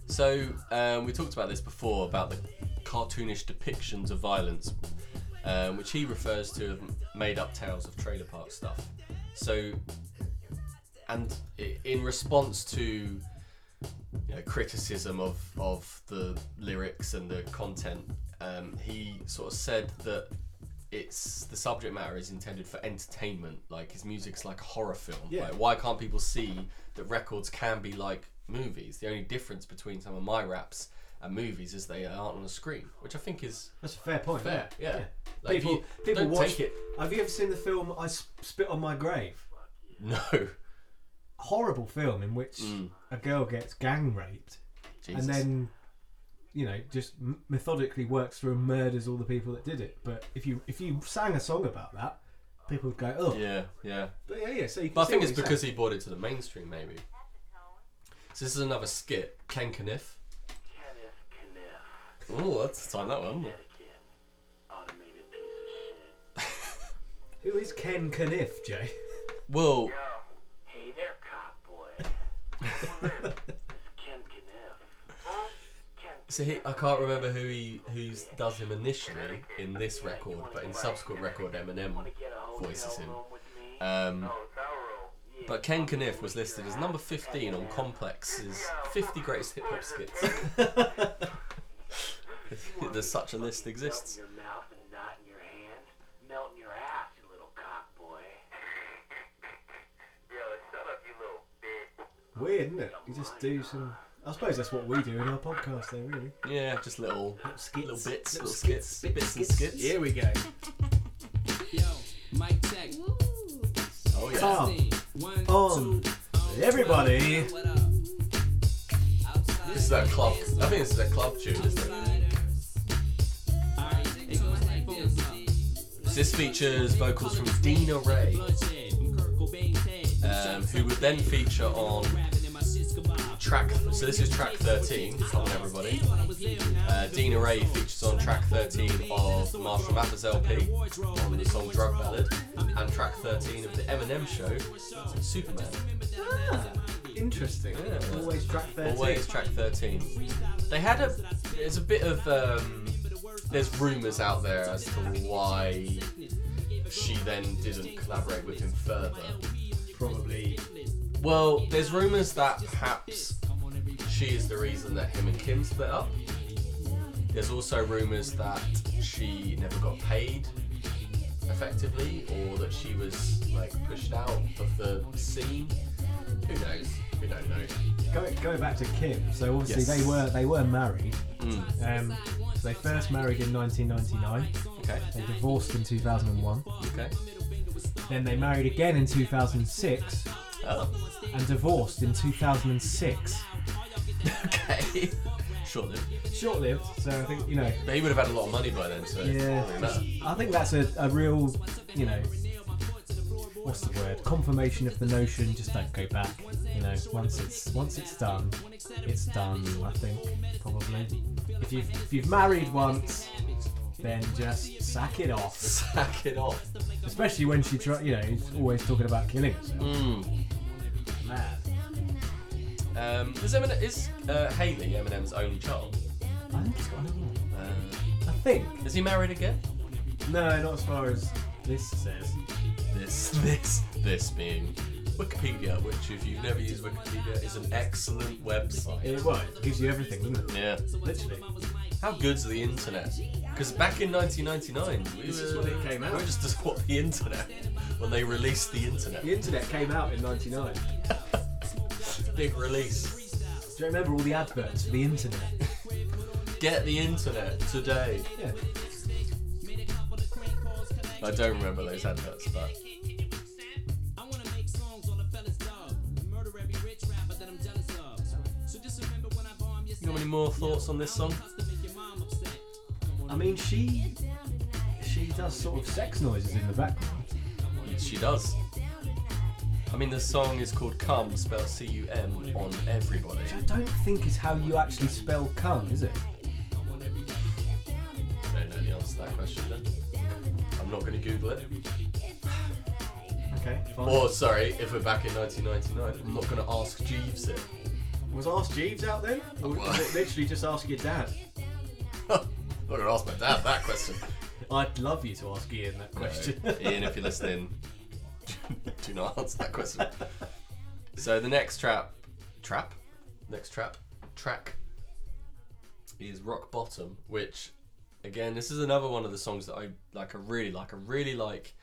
So, um, we talked about this before about the cartoonish depictions of violence, um, which he refers to as made up tales of trailer park stuff. So, and i- in response to you know, criticism of, of the lyrics and the content, um, he sort of said that it's the subject matter is intended for entertainment. Like his music's like a horror film. Yeah. Like, why can't people see that records can be like movies? The only difference between some of my raps and movies is they aren't on a screen, which I think is That's a fair point. fair. yeah. Yeah. Yeah. People, you people don't watch. take it. Have you ever seen the film I S- Spit on My Grave? No. Horrible film in which a girl gets gang raped Jesus. and then, you know, just m- methodically works through and murders all the people that did it. But if you if you sang a song about that, people would go, oh. Yeah, yeah. But yeah, yeah. So you can But I see think it's what he's because saying. he brought it to the mainstream, maybe. So this is another skit, Ken Kniff. Kenneth Kniff Oh, that's the time that one. again. Automated piece of shit. Who is Ken Caniff, Jay? Well, Yo, hey there, cop boy. it's Ken Kniff. Huh? Ken so he, I can't remember who he who's does him initially in this record, but in subsequent record, Eminem get a hotel voices him. room with me. Um, hotel room. Yeah. but Ken Kniff was listed as number 15 on Complex's 50 Greatest Hip Hop Skits. There's such a list Melt exists. in your mouth and not in your hand. Melt in your ass, you little cock boy. Yo, shut up, you little bitch. Weird, isn't it? You just do some. I suppose that's what we do in our podcast, though, really. Yeah, just little skits. little bits, Little little skits, skits, bits and skits. Here we go. Yo, mic check. Oh yeah. Come One, on, two, oh, everybody. What up? Outside. This is that club. I think this is a club tune, isn't it? Sliders. Alright, it goes like this. This features vocals from Dina Ray, Bloodshed. I'm Kurt Cobain's head. um, who would then feature on Rapping in my shit's kebab. track. So this is track 13. Come on, everybody. Thought I was live now. Uh, Dina Ray features on track 13 of Marshall Mathers LP on the song Drug Ballad, and track 13 of the Eminem Show, Superman. Interesting. Yeah. Always track 13. Always track 13. They had a. There's a bit of. Um, there's rumours out there as to why she then didn't collaborate with him further. Probably. Well, there's rumours that perhaps she is the reason that him and Kim split up. There's also rumours that she never got paid effectively or that she was like pushed out of the scene. Who knows? We don't know. Go, go back to Kim. So obviously Yes. Mm. they were they were married. Um, so they first married in 1999. Okay. They divorced in 2001. Okay. Then they married again in 2006 Oh. and divorced in 2006. Okay. sure then. Short-lived. So I think you know. They would have had a lot of money by then, so it Yeah. doesn't really matter. I think that's a, a real, you know, what's the word? Confirmation of the notion. Just don't go back. You know, once it's once it's done, it's done. I think probably. If you've if you've married once, then just sack it off. sack it off. Especially when she try, you know, is always talking about killing herself. Mad. Um, is Eminem, is uh, Haley Eminem's only child? I think it's got another one. Uh, I think. is he married again? No, not as far as this says. This, this, this being Wikipedia, which if you've never used Wikipedia, is an excellent website. It well, it gives you everything, doesn't it? Yeah. Literally. How good's the internet? Because back in 1999, we This is were- when it came out. We were just as what the internet when they released the internet. The internet came out in '99. Do Big release. you remember all the adverts for the internet? Get the internet today. Yeah. I don't remember those adverts, but I wanna make songs all the fellas love. Murder every rich rapper that I'm jealous of. So just remember when I bomb your you got any more thoughts on this song? to make your mom upset. I mean, she she does sort of sex noises in the background. She does. I mean, the song is called "Cum," spelled C-U-M, on everybody. Which I don't think is how you actually spell cum, is it? I don't know the answer to that question. Then. I'm not going to Google it. Okay. Fine. Or sorry, if we're back in 1999, I'm not going to ask Jeeves it. was Ask Jeeves out then? Or was it literally just ask your dad? I'm not going to ask my dad that question. I'd love you to ask Ian that question. Ian, if you're listening, do not answer that question. So the next trap, trap, next trap, track is Rock Bottom, which again, this is another one of the songs that I like. I really like. I really like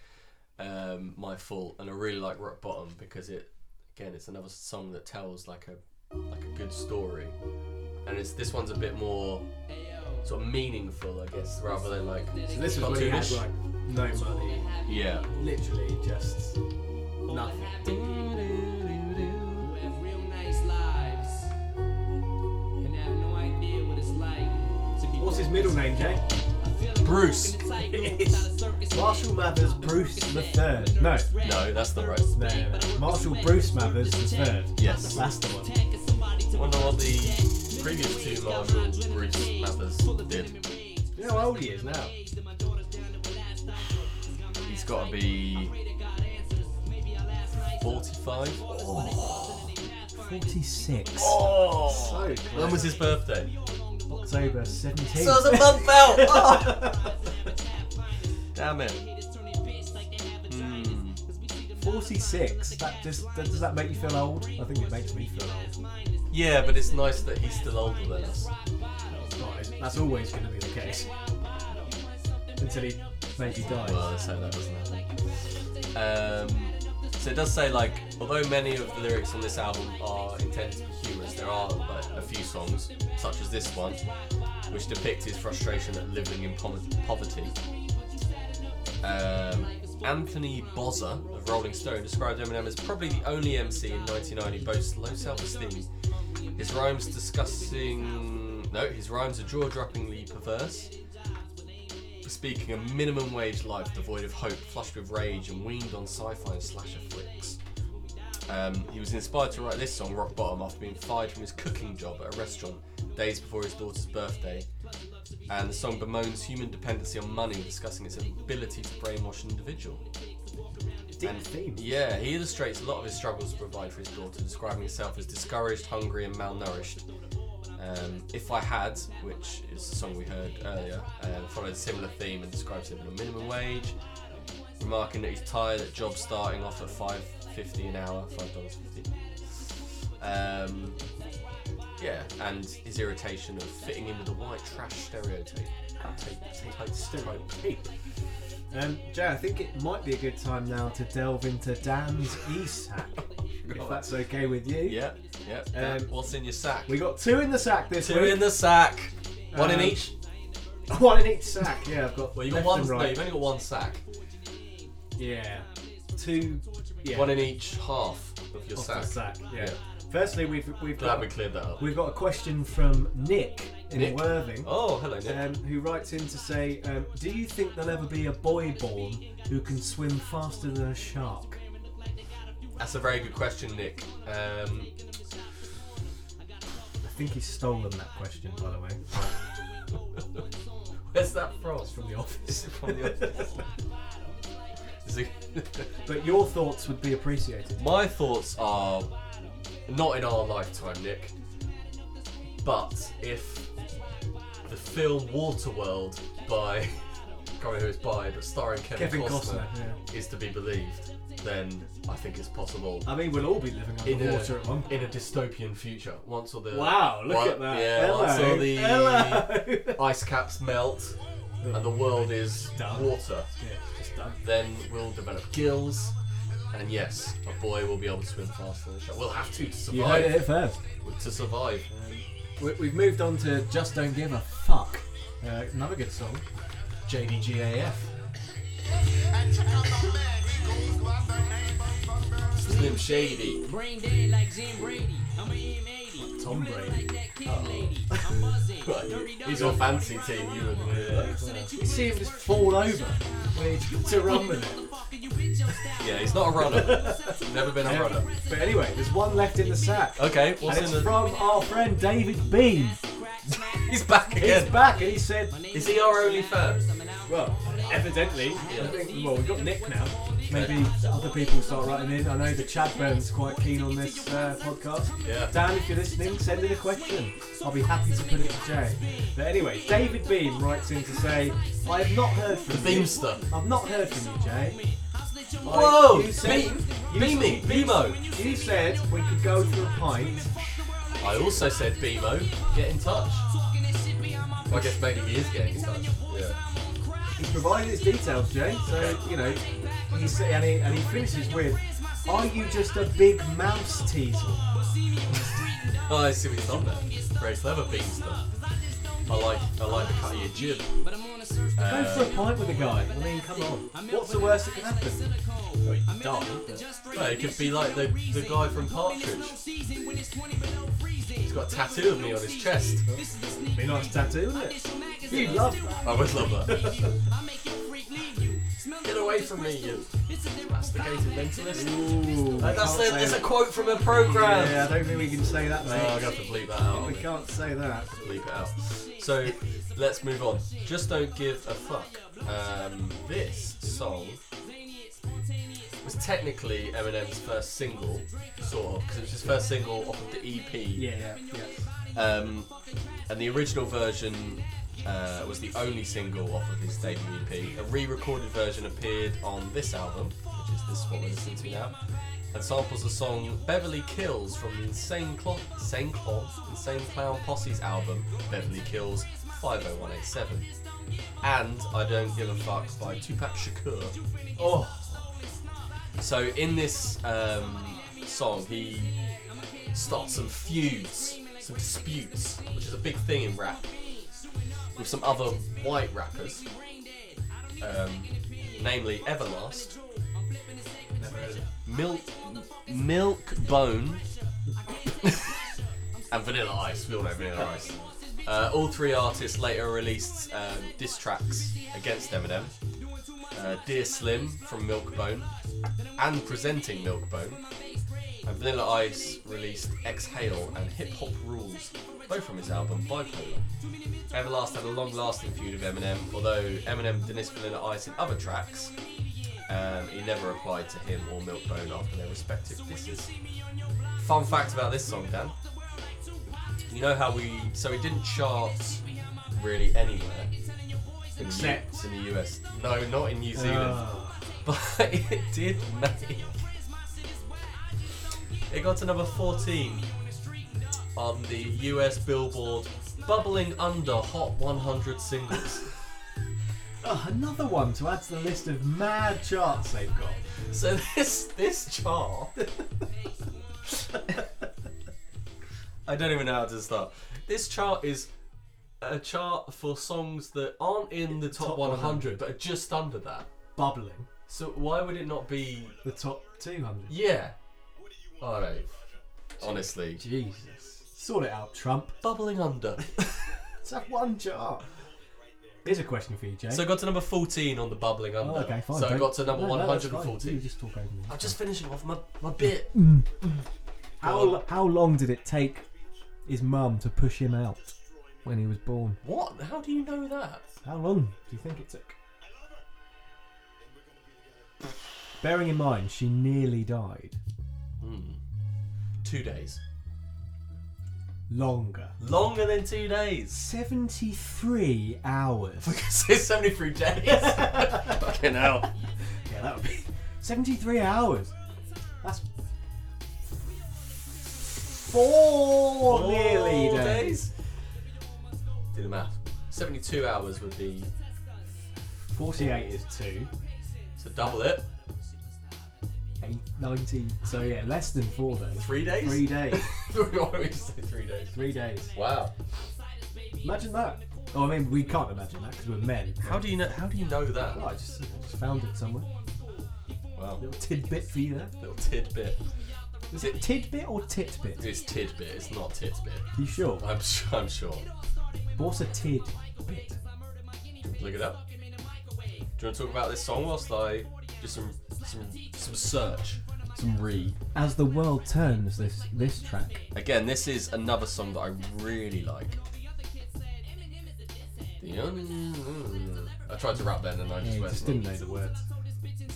um, My Fault, and I really like Rock Bottom because it, again, it's another song that tells like a like a good story, and it's this one's a bit more sort of meaningful, I guess, rather than like So this was Not when he had too like no money, yeah. literally just nothing. Who have real nice lives. And have no idea what it's like to be What's his middle name, Jay? Bruce. Marshall Mathers Bruce the Third. No, No, that's not right. no, Marshall Bruce Mathers the Third. Yes. That's the one. I wonder what the previous two Marshall Bruce Mathers did. You know how old he is now? He's got to be 45. 46. Oh! So When was his birthday? October 17. So it's a month Oh. out! Damn it. Hmm. 46. That just that, does that make you feel old? I think it makes me feel old. Yeah, but it's nice that he's still older than us. That's always going to be the case until he maybe dies. Oh, Well, let's hope that doesn't happen. Um, So it does say like, although many of the lyrics on this album are intended to be humorous, there are like, a few songs, such as this one, which depict his frustration at living in pom- poverty. Um, Anthony Bozza of Rolling Stone described Eminem as probably the only MC in '99 who boasts low self-esteem. His rhymes discussing no, his rhymes are jaw-droppingly perverse speaking a minimum wage life devoid of hope, flushed with rage, and weaned on sci fi and slasher flicks. Um, he was inspired to write this song, Rock Bottom, after being fired from his cooking job at a restaurant days before his daughter's birthday. And the song bemoans human dependency on money, discussing its ability to brainwash an individual. Deep theme. Yeah, he illustrates a lot of his struggles to provide for his daughter, describing himself as discouraged, hungry, and malnourished. Um, if I Had, which is the song we heard earlier, uh, followed a similar theme and describes living on minimum wage, remarking that he's tired at jobs starting off at five fifty an hour, five dollars fifty. Um, yeah, and his irritation of fitting in with the white trash stereotype. Type- type- Um, Jay, I think it might be a good time now to delve into Dan's ESAC, if that's okay with you. Oh, Yeah, yeah. Um, What's in your sack? We got two in the sack this Two week. in the sack. One in Um, each. one in each sack. Yeah, I've got. Well, you got left one. and No, right. you've only got one sack. Yeah. Two. Yeah. One in each half of your off sack. the sack. Yeah. Firstly, we've we've Glad got we cleared that up. we've got a question from Nick in Nick? Worthing. Oh, hello, Nick. Um, who writes in to say, um, "Do you think there'll ever be a boy born who can swim faster than a shark?" That's a very good question, Nick. Um, I think he's stolen that question, by the way, where's that from? from the office. From the office. Is it- But your thoughts would be appreciated. My thoughts are not in our lifetime, Nick. But if the film Waterworld by can't remember who it's by, but starring Kevin, Kevin Costner, Costner. Yeah. is to be believed, then I think it's possible. I mean, we'll all be living In a- underwater at one point. in a dystopian future, once all the Wow! Look Well, at that. yeah, Hello. once all the- Hello. Mm. ice caps melt and the world is Done. water, yeah, just done. then we'll develop gills, and yes, a boy will be able to swim faster than a shark. We'll have to to You heard it survive. here first. To survive. We, we've moved on to Just Don't Give a Fuck. Uh, another good song. JDGAF. Slim Shady. Brain dead like Jim Brady. I'm a M80. Tom Real Brady. Uh, Like that kid lady. I'm buzzing. Dirty He's dog. your fancy team, you and uh, So that you You see him just fall over when he's to run with it. motherfucker, you bitch your style. Yeah, he's not a runner. Never been a runner. But anyway, there's one left in the sack. Okay, And what's in it's the. from our friend David Bean. Crack, smack. He's back He's again. back and he said, Is he our only fan? well, evidently, I think, well, we've got Nick now. Maybe other people start writing in. I know the Chadburn's quite keen on this uh, podcast. Yeah. Dan, if you're listening, send in a question. I'll be happy to put it to Jay. But anyway, David Beam writes in to say, I have not heard The from you. Beamster. I've not heard from you, Jay. Whoa! You said- Beam! you- Beaming! Beamo! You said we could go for a pint. I also said Beemo, get in touch. Well, I guess maybe he is getting in touch. Yeah. He provided his details, Jay. So you know, he sa and he, and he finishes with, "Are you just a big mouse teaser?" Oh, I see what he's done there. Very clever Beamster. I like, I like the cut of your jib. But I'm on a search for go for a pint with the guy. I mean, come on. What's the worst that can happen? Dumb. Well, it could be like the, the guy from Partridge. season when it's 20 below freezing. He's got a tattoo of me on his chest. Be a nice tattoo, wouldn't it? Your magazine You love that. I would love that. I make your freak leave you. Smell Get away from me, you masticated mentalist. Ooh, Uh, that's, the, that's a quote from a program. Yeah, I don't think we can say that, Oh, I'm mate. gonna have to bleep that out. we can't say that. bleep it out. So let's move on. Just don't give a fuck. Um, this song was technically Eminem's first single, sort of, because it was his first single off of the E EP. Yeah, yeah, yeah. Um, and the original version uh, was the only single off of his debut EP. A re-recorded version appeared on this album, which is this one we're listening to now, and samples the song "Beverly Kills" from the Insane Clown, Insane Clown, Insane Clown Posse's album "Beverly Kills 50187," and "I Don't Give a Fuck" by Tupac Shakur. Oh, So in this um, song, he starts some feuds, some disputes, which is a big thing in rap, with some other white rappers, um, namely Everlast, Milk, Milk Bone, and Vanilla Ice. We all know Vanilla Ice. Uh, all three artists later released um, diss tracks against Eminem. Uh, Dear Slim from Milkbone and presenting Milkbone. And Vanilla Ice released Exhale and Hip Hop Rules, both from his album Bipolar. Everlast had a long lasting feud with Eminem, although Eminem denounced Vanilla Ice in other tracks. Um, he never replied to him or Milkbone after their respective disses. Fun fact about this song, Dan. You know how we. So it didn't chart really anywhere. Except in the US. No, not in New Zealand. Ah. But it did make. It got to number 14 on the US Billboard Bubbling Under Hot 100 Singles. Oh, another one to add to the list of mad charts they've got. so this this chart. I don't even know how to start. This chart is a chart for songs that aren't in the top, top 100, 100. but are just under that. Bubbling So why would it not be the top 200. Yeah. I don't. Honestly. Jesus. Sort it out, Trump. Bubbling under. It's that one chart. Here's a question for you, Jay. so I got to number 14 on the bubbling under. oh, okay, fine. So I don't- got to number no, no, that's fine. 114. You just Mm. talk over me. I'm just finishing off my, my bit. How, l- how long did it take his mum to push him out when he was born? What? How do you know that? How long do you think it took? Bearing in mind, she nearly died. Two days. Longer. Longer than two days. 73 hours. so 73 days. Fucking hell. yeah, that would be. 73 hours. That's. Four, nearly Four days. Do the math. 72 hours would be. 48 is two. So double it. Eight, 90. So yeah, less than four days. Three days? Three days. Why would we say three days? Three days. Wow. Imagine that. Oh, I mean, we can't imagine that because we're men. How do you know? How do you know that? Oh, I just, I just found it somewhere. Wow. Little tidbit for you there. Little tidbit. Is it tidbit or titbit? It's tidbit. It's not titbit. You sure? I'm sure. I'm sure. What's a tidbit? Look it up. Do you want to talk about this song whilst I do some some some search, some re? As the world turns, this this track. Again, this is another song that I really like. The only- I tried to rap then and I Yeah, just you went. just didn't know the words.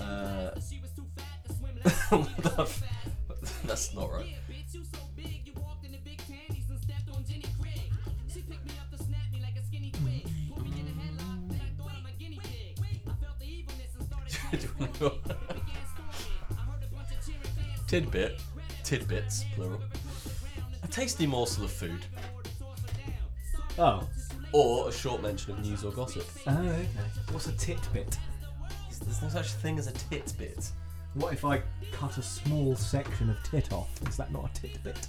Uh, what the f- that's not right. Tidbit, tidbits, plural. A tasty morsel of food, Oh. or a short mention of news or gossip. Oh, okay. What's a titbit? There's no such thing as a titbit. What if I cut a small section of tit off? Is that not a titbit?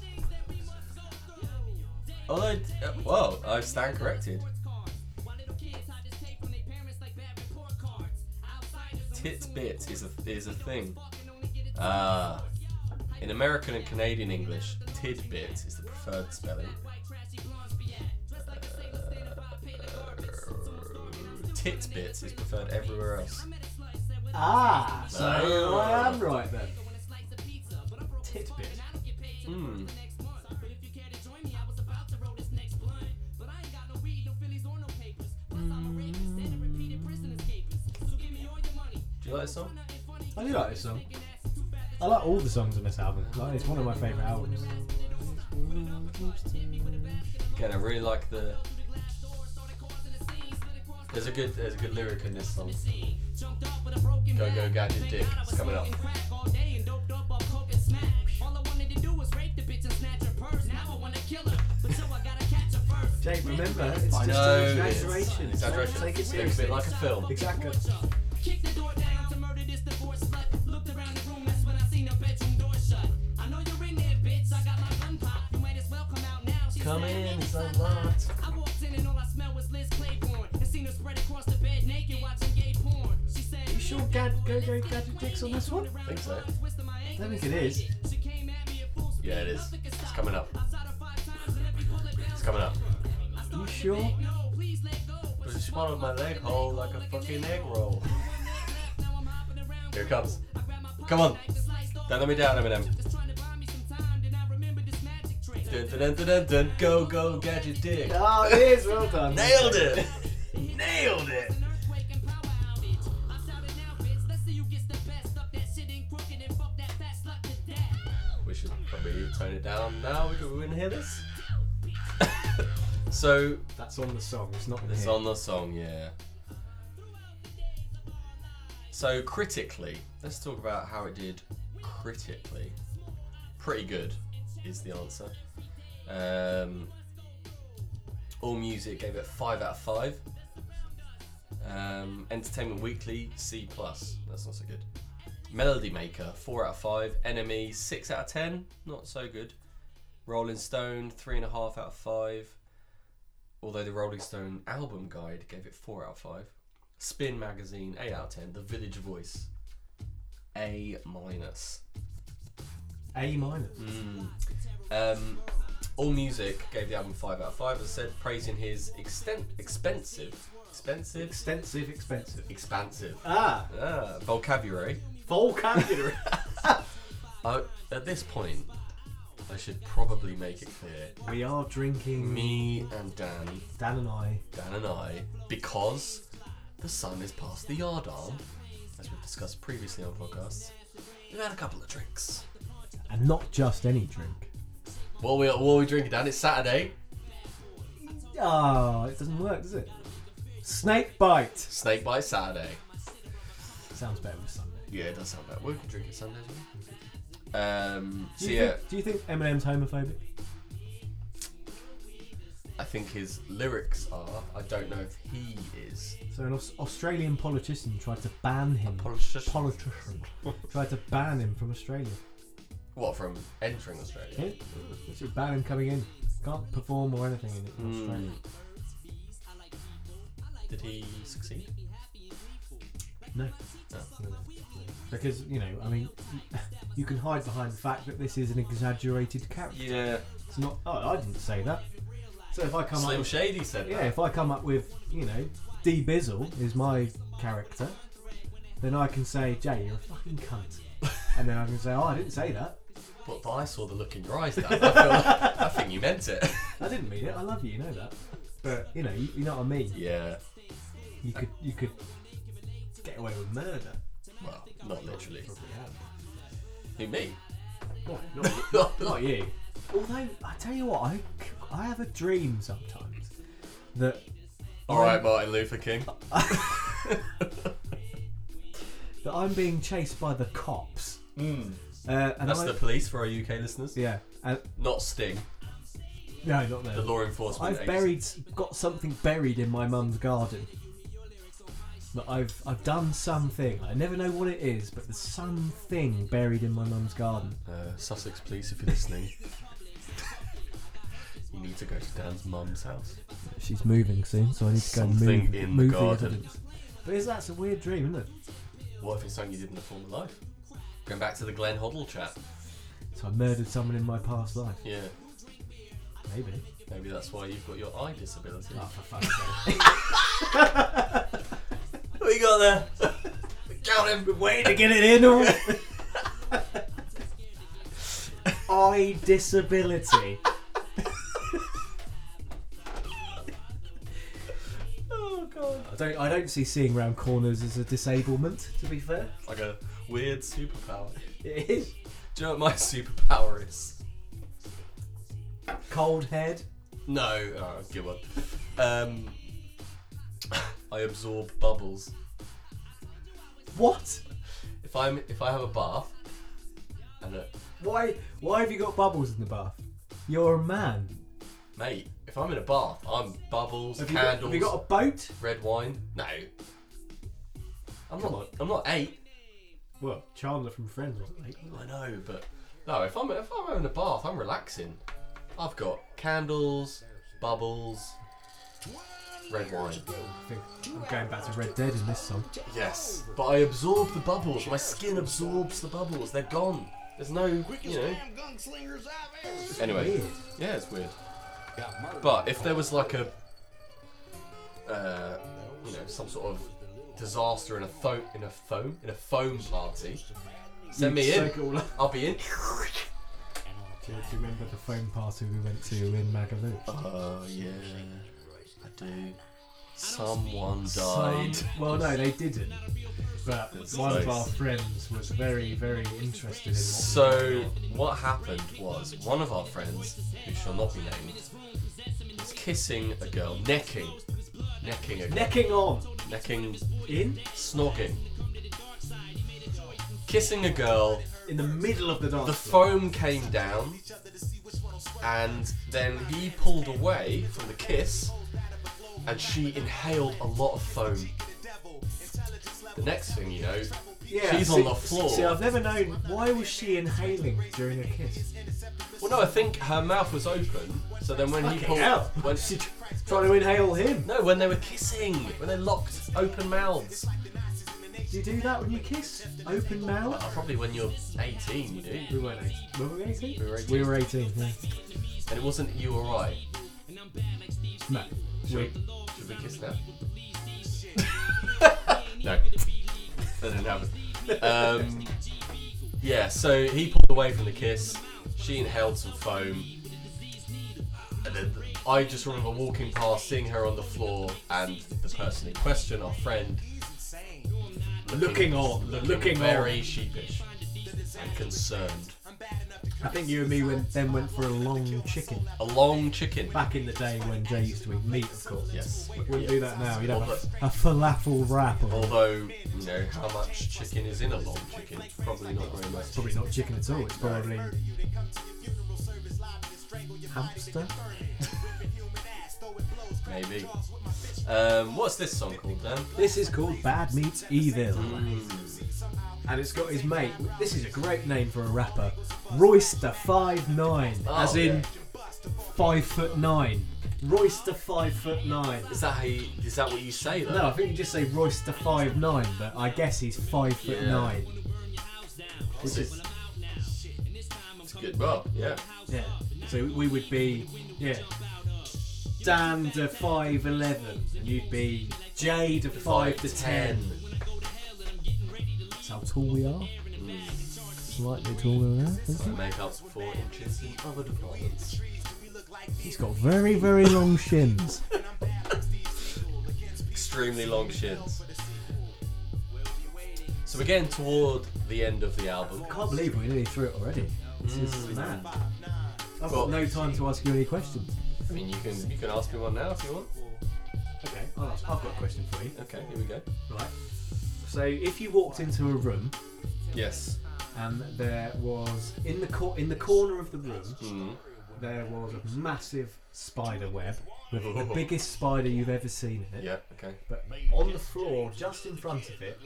Although, uh, well, I stand corrected. Titbit is a is a thing. Uh, in American and Canadian English, tidbit is the preferred spelling. Uh, titbit is preferred everywhere else. Ah, so Oh. I am right then. Titbit. Hmm. Do you like this song? I do like this song. I like all the songs on this album. Like, it's one of my favourite albums. Again, I really like the. There's a good there's a good lyric in this song. Go go gadget dick, it's coming up. Jake, remember, it's I just know. an it's exaggeration. Exaggeration. Don't Take it It's a seriously. bit like a film. Exactly. Kick the door down to murder this divorce slut. Looked around the room sure Gad Gogo Gadget Dick's on this one? I think so. I don't think it is. Yeah, it is. It's coming up. It's coming up. you sure? But she swallowed my leg whole like a fucking egg roll. Here it comes. Come on. Don't let me down, Eminem. Dun, dun, dun, dun, dun, dun. Go, go, gadget dick. Oh, it is. Well done. Nailed it! Nailed it! We should probably tone it down now. We can we can hear this. so That's on the song. It's not it's here. on the song, yeah. So critically, let's talk about how it did critically. Pretty good is the answer. Um, All Music gave it five out of five. Um, Entertainment Weekly C plus. That's not so good. Melody Maker four out of five. Enemy six out of ten. Not so good. Rolling Stone three and a half out of five although the Rolling Stone album guide gave it 4 out of 5. Spin magazine, 8 out of 10. The Village Voice, A minus. A minor. Um, All Music gave the album 5 out of 5, as I said, praising his extent, expensive, expensive, Extensive, expensive. expansive Ah, ah, vocabulary. vocabulary. I, at this point, I should probably make it clear. we are drinking. Me and Dan, Dan and I. Dan and I, because the sun is past the yard arm, as we've discussed previously on podcasts, we've had a couple of drinks. And not just any drink. What are we what are we drinking, Dan? It's Saturday. Oh, it doesn't work, does it? Snake bite. Snake bite Saturday. Sounds better with Sunday. Yeah, it does sound bad. We can drink it Sunday. Um, Do so you, yeah, think, do you think Eminem's homophobic? I think his lyrics are. I don't know if he is. So an Aus- Australian politician tried to ban him. politician. Politician tried to ban him from Australia. What from entering Australia? Yeah, should ban him coming in. Can't perform or anything in, in Hmm. Australia. Did he succeed? No. No. No, no. Because you know, I mean, you can hide behind the fact that this is an exaggerated character. Yeah. It's not. Oh, I didn't say that. So if I come up, Slim with, Shady said yeah, if I come up with, you know, D Bizzle is my character, then I can say, Jay, you're a fucking cunt, and then I can say, oh, I didn't say that. that. But, but I saw the look in your eyes, Dan. I, feel like, I think you meant it. I didn't mean it. I love you. You know that. But you know, you, you know what I mean. yeah. You could, you could get away with murder. Well, not literally. Probably have. Who me? No, not Not you. Although I tell you what, I, I have a dream sometimes that All right, Martin Luther King. that I'm being chased by the cops. Uh, and Hmm. That's I, the police for our UK listeners. yeah. And, Not Sting, no, not the there. law enforcement. I've agency. buried got something buried in my mum's garden. That I've I've done something. I never know what it is, but there's something buried in my mum's garden. Uh, Sussex police, if you're listening. you need to go to Dan's mum's house. She's moving soon, so I need to go Something move, in the move garden. evidence. But is that's a weird dream, isn't it? What if it's something you did in a former life? Going back to the Glenn Hoddle chat. So I murdered someone in my past life. Yeah, Maybe. maybe that's why you've got your eye disability. Oh, for fuck's sake. What you got there? Count him. Way to get it in all. Eye disability. Oh god. I don't. I don't see seeing round corners as a disablement. To be fair, It's like a weird superpower. it is Do you know what my superpower is? cold head. No, oh, good one. Um, I absorb bubbles. What? If I'm if I have a bath, and a, Why? Why have you got bubbles in the bath? You're a man. mate, if I'm in a bath, I'm bubbles, Have you, got, candles. have you got a boat? Red wine? No. I'm Come not. I'm not eight. Well, Chandler from Friends wasn't like. I know, but no. If I'm if I'm having a bath, I'm relaxing. I've got candles, bubbles, red wine. I think I'm going back to Red Dead in this song. Yes, but I absorb the bubbles. My skin absorbs the bubbles. They're gone. There's no, you know. gunslingers I've ever Anyway, Weird. yeah, it's weird. Got murdered But if there was like a, uh, you know, some sort of disaster in a foam, in a foam, in a foam party, send me in. Soak it all up. I'll be in. Do you, do you remember the phone party we went to in Magaloo? Oh yeah, I do. Someone Some- died. well, no, they didn't. But one nice. of our friends was very, very interested in what So what happened was one of our friends, who shall not be named, was kissing a girl, necking, necking a girl, necking on necking, in snogging, kissing a girl. in the middle of the dance. The floor. foam came down, and then he pulled away from the kiss, and she inhaled a lot of foam. The next thing you know, yeah, she's see- on the floor. See, I've never known why was she inhaling during a kiss. well, no, I think her mouth was open. So then when he Fucking pulled, hell. when she Trying to inhale him. No, when they were kissing, when they locked open mouths. Do you do that when you kiss? Open Well, mouth. Uh, probably when you're 18, you do. We weren't eighteen. Were we eighteen? We were 18. We were eighteen. Yeah. And it wasn't you or I. No. Should, We, should we kiss now? no. That didn't happen. Um, yeah, so he pulled away from the kiss. She inhaled some foam. And then I just remember walking past, seeing her on the floor, and the person in question, our friend, Looking on, looking on. very sheepish and concerned. I think you and me went then went for a long chicken A long chicken. back in the day when Jay used to eat meat, of course. Yes. Wouldn't do that now. You'd have Well, a, a falafel wrap or Although, you know, how much chicken is in a long chicken? Probably not very much. probably not chicken at all. It's probably hamster. Maybe. Um, what's this song called then? This is called Bad Meets Evil, Mm. and it's got his mate. This is a great name for a rapper, Royster Five Nine, Oh, as in five foot nine. Royster Five Foot Nine. Is that how you, is that what you say though? No, I think you just say Royster Five Nine, but I guess he's five foot Yeah. nine. It's, it's a good. Well, yeah. Yeah. So we would be, yeah, Dan to five eleven, and you'd be Jay to five to ten. That's how tall we are. Slightly taller than that. I make up four inches in other departments. He's got very, very long shins. Extremely long shins. So we're getting toward the end of the album. I can't believe we're nearly through it already. This is mad. I've got no time to ask you any questions. I mean, you can you can ask me one now if you want. Okay, I'll ask- I've got a question for you. Okay, here we go. Right. So if you walked into a room Yes. and there was in the cor- in the corner of the room Mm-hmm. there was a massive spider web with the biggest spider you've ever seen in it. Oh. Yeah. Okay. But on the floor, just in front of it,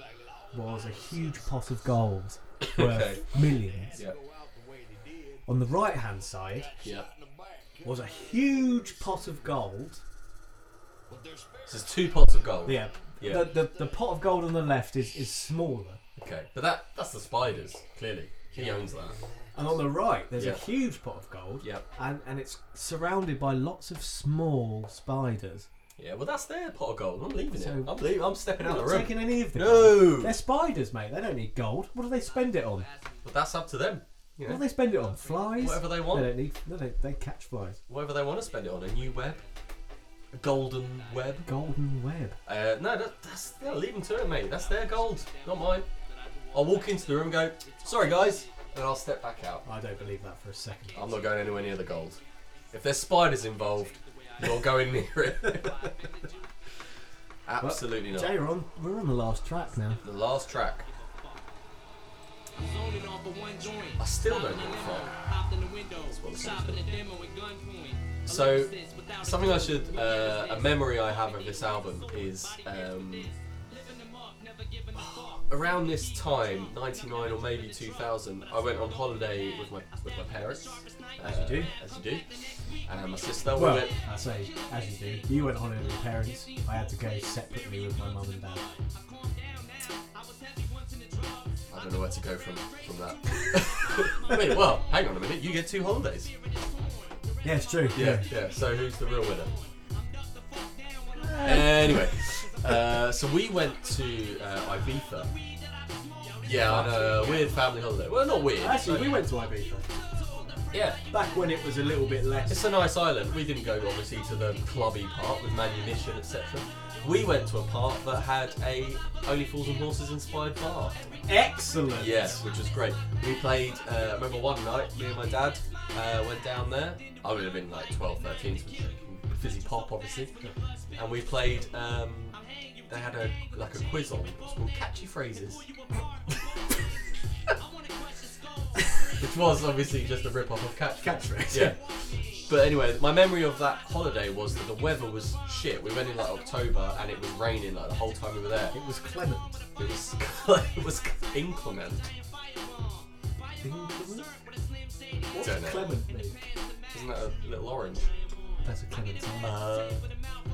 was a huge pot of gold worth millions. Yeah. On the right hand side Yeah. was a huge pot of gold. So there's two pots of gold. Yeah. Yeah. The, the, the pot of gold on the left is, is smaller. Okay, but that that's the spiders clearly. He owns that. And on the right, there's Yeah. a huge pot of gold. Yep. And, and it's surrounded by lots of small spiders. Yeah, well that's their pot of gold. I'm leaving So- it. I'm leaving. I'm stepping out They're of not the room. taking any of them. No. They're spiders, mate. They don't need gold. What do they spend it on? But that's up to them. You What do know, they spend it on? Flies? Whatever they want. They don't need. They, don't, they catch flies. whatever they want to spend it on. A new web, a golden web. Golden web. Uh, no, that, that's yeah, leave them to it, mate. That's their gold, not mine. I'll walk into the room, and go, sorry guys, and I'll step back out. I don't believe that for a second. I'm not going anywhere near the gold. If there's spiders involved, you're going near it. Absolutely not. Jay, we're on, we're on the last track now. The last track. Zoning off of one joint. I still don't know the song. Hopped in the window. what the Shot at a demo at gunpoint. So, something I should, uh, a memory I have of this album is um, around this time, 99 or maybe 2000, I went on holiday with my with my parents. As you do. As you do. And my sister we Well, went. I say, as you do, you went on it with your parents. I had to go separately with my mum and dad. I don't know where to go from from that. Wait, well, hang on a minute. You get two holidays. Yeah, it's true. Yeah, yeah. So who's the real winner? Anyway, uh, so we went to uh, Ibiza. Yeah, on a weird family holiday. Well, not weird. Actually, but- we went to Ibiza Yeah, back when it was a little bit less. It's a nice island. We didn't go obviously to the clubby part with manumission, etc. We went to a part that had a Only Fools and Horses inspired bar. Excellent. Yes, which was great. We played. Uh, I remember one night, me and my dad uh, went down there. I would have been like 12, 13, so fizzy pop, obviously. And we played. Um, they had a like a quiz on. It was called Catchy Phrases. Which was obviously just a rip off of Catch Catchphrase. Yeah. But anyway, my memory of that holiday was that the weather was shit. We went in like October and it was raining like the whole time we were there. It was Clement. It was it was inclement. Inclement? What's Don't know. Clement mean? Isn't that a little orange? That's a Clement song. Uh,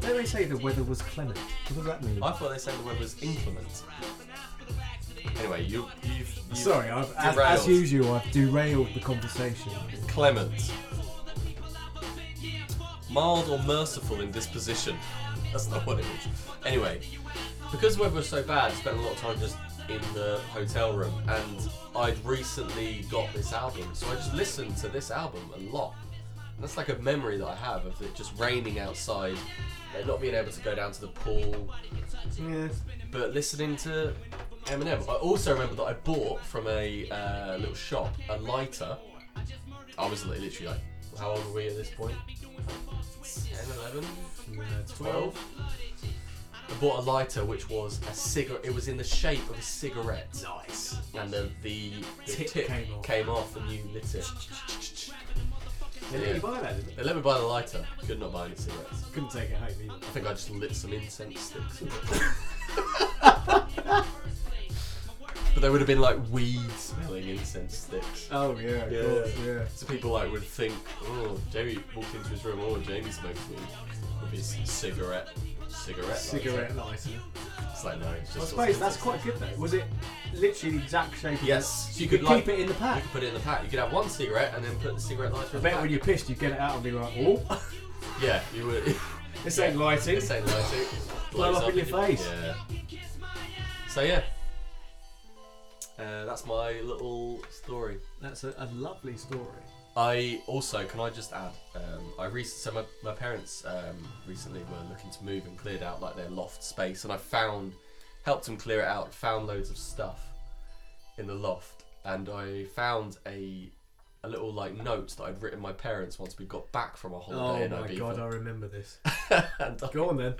Don't they say the weather was Clement? What does that mean? I thought they said the weather was inclement. Anyway, you you've, you've Sorry, I've, as, derailed. as usual, I've derailed the conversation. Clement. Mild or merciful in disposition. That's not what it is. Anyway, because the weather was so bad, I spent a lot of time just in the hotel room, and I'd recently got this album, so I just listened to this album a lot. And that's like a memory that I have of it just raining outside, and not being able to go down to the pool, Yeah. but listening to Eminem. I also remember that I bought from a uh, little shop a lighter. I was li- literally like, how old were we at this point? 10, 11, 12? I bought a lighter which was a cigarette. It was in the shape of a cigarette. Nice. And the, the, the Tip tip, came off. and you lit it. They let Yeah. you buy that, didn't they? They let me buy the lighter. Could not buy any cigarettes. Couldn't take it home either. I think I just lit some incense sticks. but they would have been like weed smelling incense sticks. Oh yeah, of Yeah. course, yeah. So people like would think, oh, Jamie walked into his room, oh, Jamie smokes weed with his cigarette, cigarette, lighter." Cigarette lighter. It's like no, it's I just suppose that's quite good though. Was it literally the exact shape? of it? Yes, You, could, like keep it in the You pack. could put it in the pack. You could have one cigarette and then put the cigarette lighter. in I the bet pack. when you're pissed, you get it out and be like, oh, Yeah, you would. this ain't lighting. It's ain't lighting. Blow Blows up in your face. Yeah. So yeah. Uh, that's my little story. That's a, a lovely story. I also can I just add, um, I rec- so my, my parents um, recently were looking to move and cleared out like their loft space, and I found helped them clear it out, found loads of stuff in the loft, and I found a a little like note that I'd written my parents once we got back from a holiday Oh in my Ibiza. god, I remember this. and I- Go on then.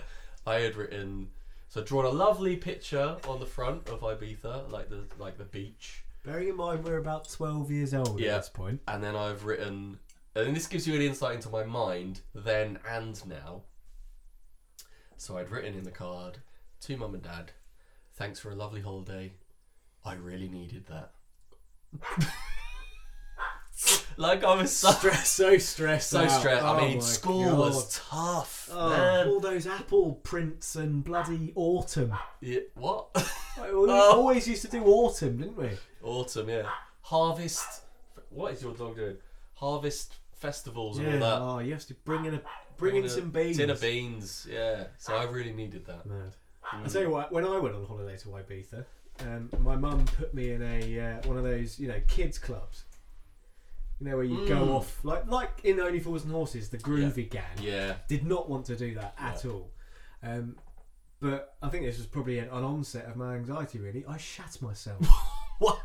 I had written so I'd drawn a lovely picture on the front of Ibiza, like the like the beach. Bearing in mind we're about 12 years old Yeah. at this point. And then I've written and this gives you an insight into my mind then and now. So I'd written in the card to mum and dad, thanks for a lovely holiday. I really needed that. like I was so Stress, so stressed. so out. stressed. Oh I mean my school God. was tough. Oh, man. all those apple prints and bloody autumn. Yeah, what? Like, We Oh. always used to do autumn, didn't we? Autumn, yeah. Harvest. What is your dog doing? Harvest festivals and Yeah. all that. Oh, you have to bring in a bring, in Tin some of- beans. Tin of beans, yeah. So I really needed that. Mad. Mm. I tell you what, when I went on holiday to Ibiza, um, my mum put me in a uh, one of those you know kids clubs. You know where you Mm. go off like like in Only Fools and Horses, the groovy gang. Yeah. Did not want to do that at all. Um, but I think this was probably an, an onset of my anxiety. Really, I shat myself, Wow.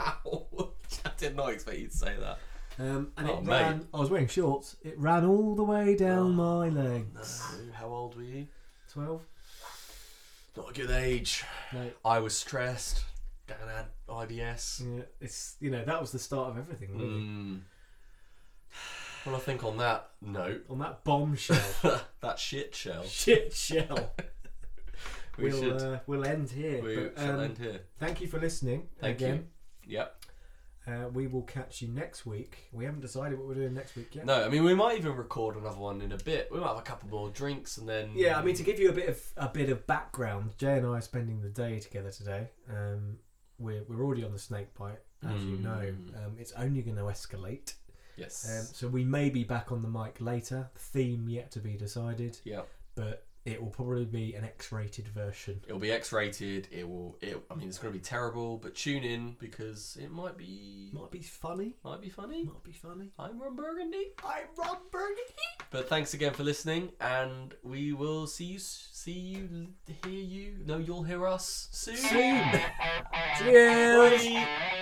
I did not expect you to say that. um, and Oh, it mate. ran. I was wearing shorts. It ran all the way down Oh. my legs. How old were you? Twelve. Not a good age. No. I was stressed. Dan had IBS. Yeah, it's you know that was the start of everything. Really. Mm. Well, I think on that note, On that bombshell, that shit shell. shit shell. We will should. Uh, we'll end here. we But, shall um, end here. Thank you for listening Thank again. you. Yep. Uh, we will catch you next week. We haven't decided what we're doing next week yet. No, I mean we might even record another one in a bit. We might have a couple more drinks and then Yeah, I mean to give you a bit of a bit of background, Jay and I are spending the day together today. Um, we're we're already on the snake bite, as you know. Um, it's only going to escalate. yes, Um, so we may be back on the mic later. Theme yet to be decided, yeah, but it will probably be an X-rated version. it'll be X-rated. It will. It. I mean it's going to be terrible, but tune in because it might be Might be funny. might be funny. Might be funny. I'm Ron Burgundy. I'm Rob Burgundy. But thanks again for listening, and we will see you, s- see you, hear you. No, you'll hear us soon. Cheers. Bye.